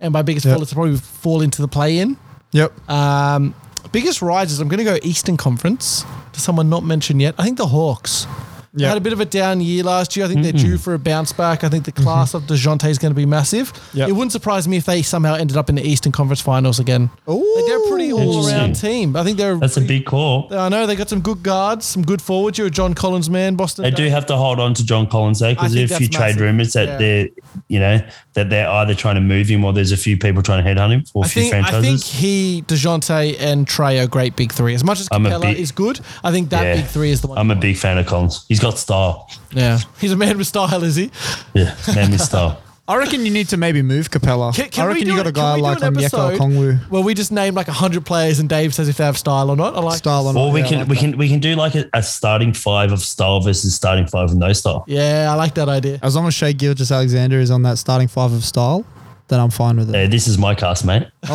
and by biggest Yep. fallers, they'll probably fall into the play-in. Yep. Um, biggest rises, I'm going to go Eastern Conference to someone not mentioned yet. I think the Hawks. They Had a bit of a down year last year. I think they're due for a bounce back. I think Mm-hmm. the class of DeJounte is going to be massive. Yep. It wouldn't surprise me if they somehow ended up in the Eastern Conference Finals again. Like, they're a pretty Ooh. all around Interesting. team. I think they're That's a big call. I know they got some good guards, some good forwards. You're a John Collins man, Boston. They do have to hold on to John Collins though, because I there are think a few that's trade massive. rumors that Yeah. they're, you know, that they're either trying to move him or there's a few people trying to headhunt him or a I few think, I think franchises. he, DeJounte, and Trey are great big three. As much as I'm a Capella big- is good, I think that Yeah. big three is the one. I'm a big fan of Collins. He's got style. yeah. He's a man with style, is he? Yeah, man, with style. I reckon you need to maybe move Capella. Can, can I we reckon do you got it- a can guy we do like an Onyeka episode Kongwu Where we just name like 100 players and Dave says if they have style or not. I like style on. Or we can we can we can do like a, a starting five of style versus starting five of no style. Yeah, I like that idea. As long as Shea Gilgis Alexander is on that starting five of style, then I'm fine with it. Yeah, this is my cast, mate. *laughs*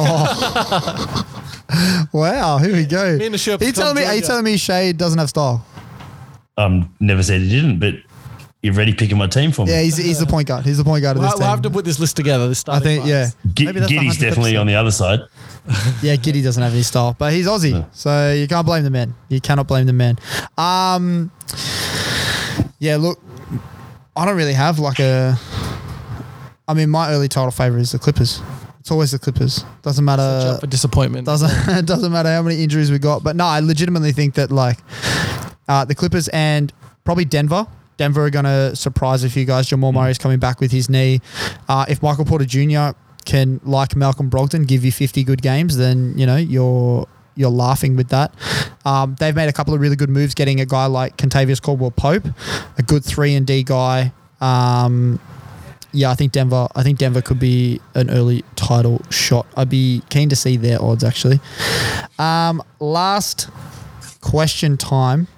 Oh. Wow, here we go. Me and the Sherpa Are you telling me? Are you Georgia. telling me Shea doesn't have style? Um, never said he didn't, but you've already picking my team for me. Yeah, he's, he's the point guard. He's the point guard of We'll, this we'll have to team. put this list together. This I think yeah. Gi- Maybe that's the Giddy's 100%. definitely on the other side. Yeah, Giddy doesn't have any style, but he's Aussie, so you can't blame the man. You cannot blame the man. Um, yeah, look, I don't really have like a. I mean, my early title favorite is the Clippers. It's always the Clippers. Doesn't matter. for disappointment. Doesn't *laughs* it doesn't matter how many injuries we got. But no, I legitimately think that like uh, the Clippers and probably Denver. Denver are going to surprise a few guys. Jamal Murray's coming back with his knee. Uh, if Michael Porter Jr. can, like Malcolm Brogdon, give you 50 good games, then you know you're you're laughing with that. Um, they've made a couple of really good moves, getting a guy like Contavious Caldwell Pope, a good three and D guy. Um, yeah, I think Denver. I think Denver could be an early title shot. I'd be keen to see their odds actually. Um, last question time.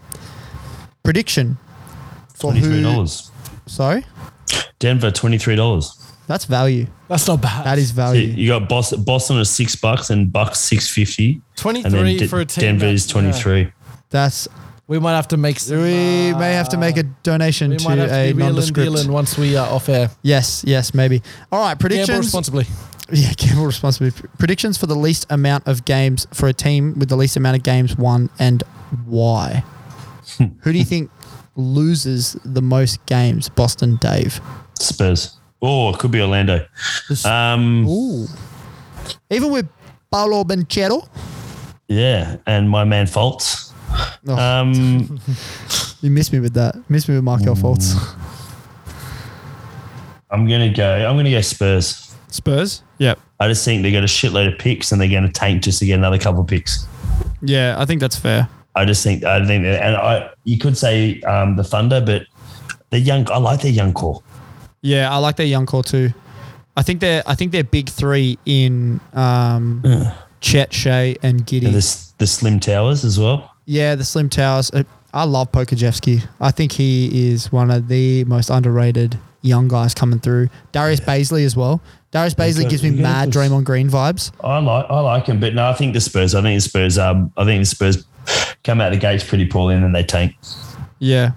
Prediction for Twenty three who? dollars. Sorry, Denver twenty three dollars. that's value. That's not bad. That is value. You got Boston, Boston is six bucks and Bucks six fifty. 23 for a team Denver that- is twenty three. That's We might have to make some, uh, we may have to make a donation we to might have a to be real and nondescript. dealing once we are off air. Yes, yes, maybe. All right, Gamble predictions. responsibly. Yeah, gamble responsibly. Predictions for the least amount of games for a team with the least amount of games won and why? Who do you think loses the most games? Boston, Dave. Spurs. Oh, it could be Orlando. Um, Ooh. Even with Paolo Banchero, yeah, and my man Fultz. *laughs* Oh. Um, you missed me with that. Missed me with Markel Fultz. I'm gonna go. I'm gonna go Spurs. Spurs. Yep. I just think they got a shitload of picks and they're gonna tank just to get another couple of picks. Yeah, I think that's fair. I just think I think that, and I you could say um, the Thunder, but the young. I like their young core. *laughs* Yeah, I like their young core too. I think they're I think they're big three in um, Chet, Shea, and Giddy. And the s- the slim towers as well. Yeah, the Slim Towers. Uh, I love Pokajevsky. I think he is one of the most underrated young guys coming through. Darius Baisley as well. Darius Baisley Okay, gives me yeah, mad that's- Draymond Green vibes. I like I like him, but no, I think the Spurs. I think the Spurs. Um, I think the Spurs come out the gates pretty poorly and then they tank. Yeah.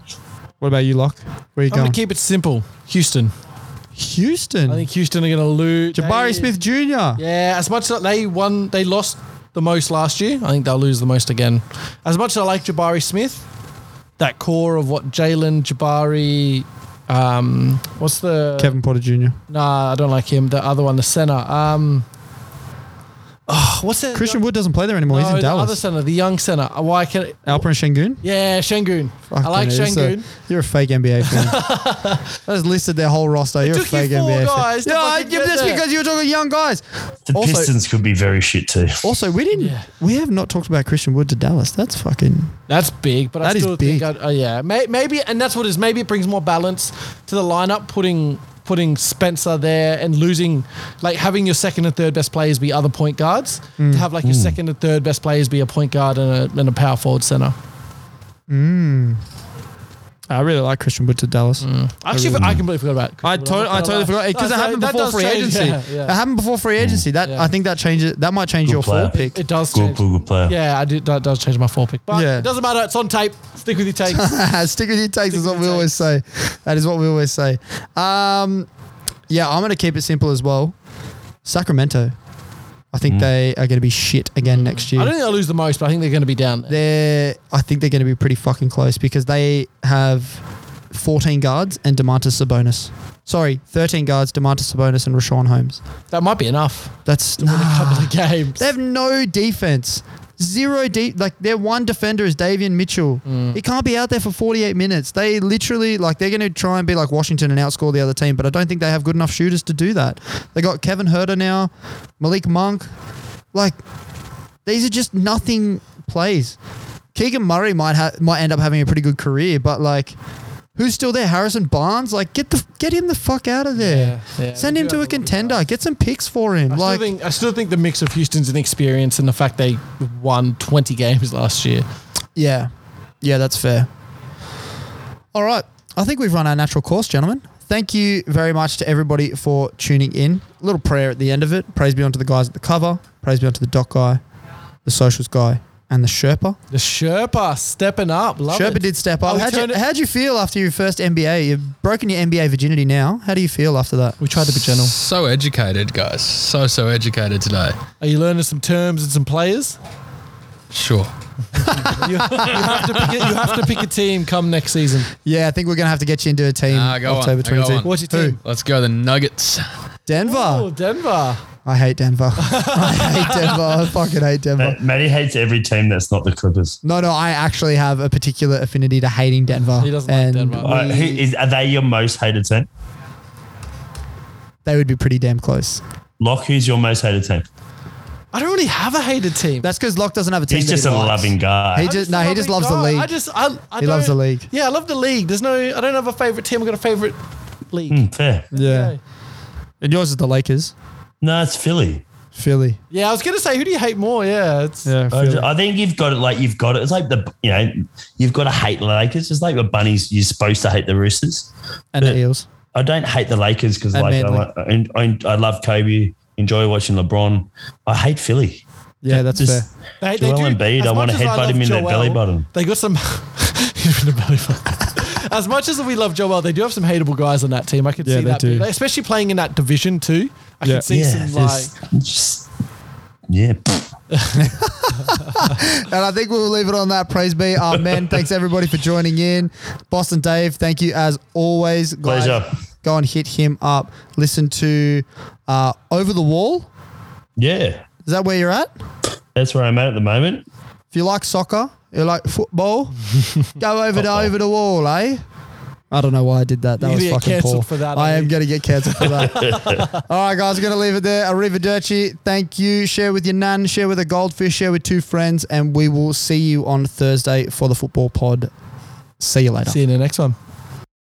What about you, Locke? Where are you I'm going? going to keep it simple. Houston. Houston. I think Houston are going to lose. Jabari They- Smith Jr. Yeah, as much as they won, they lost the most last year. I think they'll lose the most again. As much as I like Jabari Smith, that core of what Jalen Jabari, um, what's the Kevin Porter Jr. Nah, I don't like him. The other one, the center. Um, oh, what's that? Christian Wood doesn't play there No, anymore. He's in the other Dallas. center, the young center. Uh, Why can? Alperin Shengun. Yeah, Shangun. I like Fucking hell, you're Shangun. so- You're a fake NBA *laughs* fan. I just listed their whole roster. You're a took you fake four NBA guys to fan. Yeah, I- fucking get that's there. because you were talking young guys. *laughs* The Also- Pistons could be very shit too. Also, we didn't. Yeah. We have not talked about Christian Wood to Dallas. That's fucking. That's big, but That I is still big. think, I'd, oh yeah, may, maybe, and that's what it is. Maybe it brings more balance to the lineup, putting putting Spencer there and losing, like having your second and third best players be other point guards, Mm. to have like your second and third best players be a point guard and a, and a power forward center. I really like Christian Wood to Dallas. Actually, I, completely forgot about. it. I, tot- I totally forgot because No, it so happened Mm. that before does free change, agency. yeah, yeah. It happened before free agency. That Yeah. I think that changes. That might change your player. four pick. It does Good, change. good, good player. Yeah, I did, that does change my four pick, but Yeah. it doesn't matter. It's on tape. Stick with *laughs* your *laughs* takes. Stick with your takes is with what we your always say. That is what we always say. Um, yeah, I'm going to keep it simple as well. Sacramento. I think they are going to be shit again next year. Mm. I don't think they'll lose the most, but I think they're going to be down there. they're I think they're going to be pretty fucking close because they have 14 guards and Demontis Sabonis. Sorry, 13 guards, Demontis Sabonis and Rashawn Holmes. That might be enough. That's A nah. couple of games. they have no defense. Zero deep, like their one defender is Davian Mitchell. Mm. He can't be out there for 48 minutes. They literally, like, they're going to try and be like Washington and outscore the other team, but I don't think they have good enough shooters to do that. They got Kevin Herter now, Malik Monk. Like, these are just nothing plays. Keegan Murray might ha- might end up having a pretty good career, but like, who's still there? Harrison Barnes, like, get the get him the fuck out of there. Yeah, yeah, Send we him do to have a to look at contender. Get some picks for him. I, like, still think, I still think the mix of Houston's inexperience and the fact they won 20 games last year. Yeah. Yeah, that's fair. All right. I think we've run our natural course, gentlemen. Thank you very much to everybody for tuning in. A little prayer at the end of it. Praise be unto the guys at the cover. Praise be unto the doc guy, the socials guy, and the Sherpa. The Sherpa stepping up. Love Sherpa it. did step Oh, up. we How'd you, turned it- how'd you feel after your first NBA? You've broken your NBA virginity now. How do you feel after that? We tried to be gentle. So educated, guys. So so educated today. Are you learning some terms and some players? Sure. You, you have, to pick a, you have to pick a team come next season. Yeah, I think we're going to have to get you into a team Ah, go on. October I got 22. one. What's your team? Let's go the Nuggets. Denver. Oh, Denver. I hate Denver. *laughs* I hate Denver. I fucking hate Denver. Matty hates every team that's not the Clippers. No, no, I actually have a particular affinity to hating Denver. He doesn't like and Denver. Uh, who- is- are they your most hated team? They would be pretty damn close. Locke, who's your most hated team? I don't really have a hated team. That's because Locke doesn't have a team. He's that just he a likes. loving guy. He just no, he just loves the God, I league. just I, I He loves don't- the league. Yeah, I love the league. There's no I don't have a favorite team. I've got a favorite league. Hmm, fair. yeah. Yeah. and yours is the Lakers, No, it's Philly. Philly. Yeah, I was gonna say who do you hate more? Yeah, it's Yeah, I, ju- I think you've got it. Like you've got it. It's like the you know you've got to hate the Lakers. It's like the bunnies. You're supposed to hate the Roosters. and the Yeah. Eels. I don't hate the Lakers because And like I, Manly. like- I, I, I love Kobe. Enjoy watching LeBron. I hate Philly. Yeah, that's Just- fair. They, Joel Embiid, as I wanna much as headbutt love him in the belly button. They got some. *laughs* in the belly button. As much as we love Joel, they do have some hateable guys on that team. I could Yeah, see they that, do. Like, especially playing in that division too. I Yeah. could see some like. just- just- yeah. pfft. And I think we'll leave it on that. Praise be our men. Thanks everybody for joining in. Boston Dave, thank you as always. Guys, Pleasure. Go and hit him up. Listen to uh, Over the Wall. Yeah. Is that where you're at? That's where I'm at at the moment. If you like soccer, you like *laughs* football, go over to Football. over the wall, eh? I don't know why I did that. That You're was gonna get fucking cancelled poor. for that, eh? I am aren't you? going to get cancelled for that. *laughs* All right, guys, we're going to leave it there. Arrivederci. Thank you. Share with your nan, share with a goldfish, share with two friends, and we will see you on Thursday for the football pod. See you later. See you in the next one.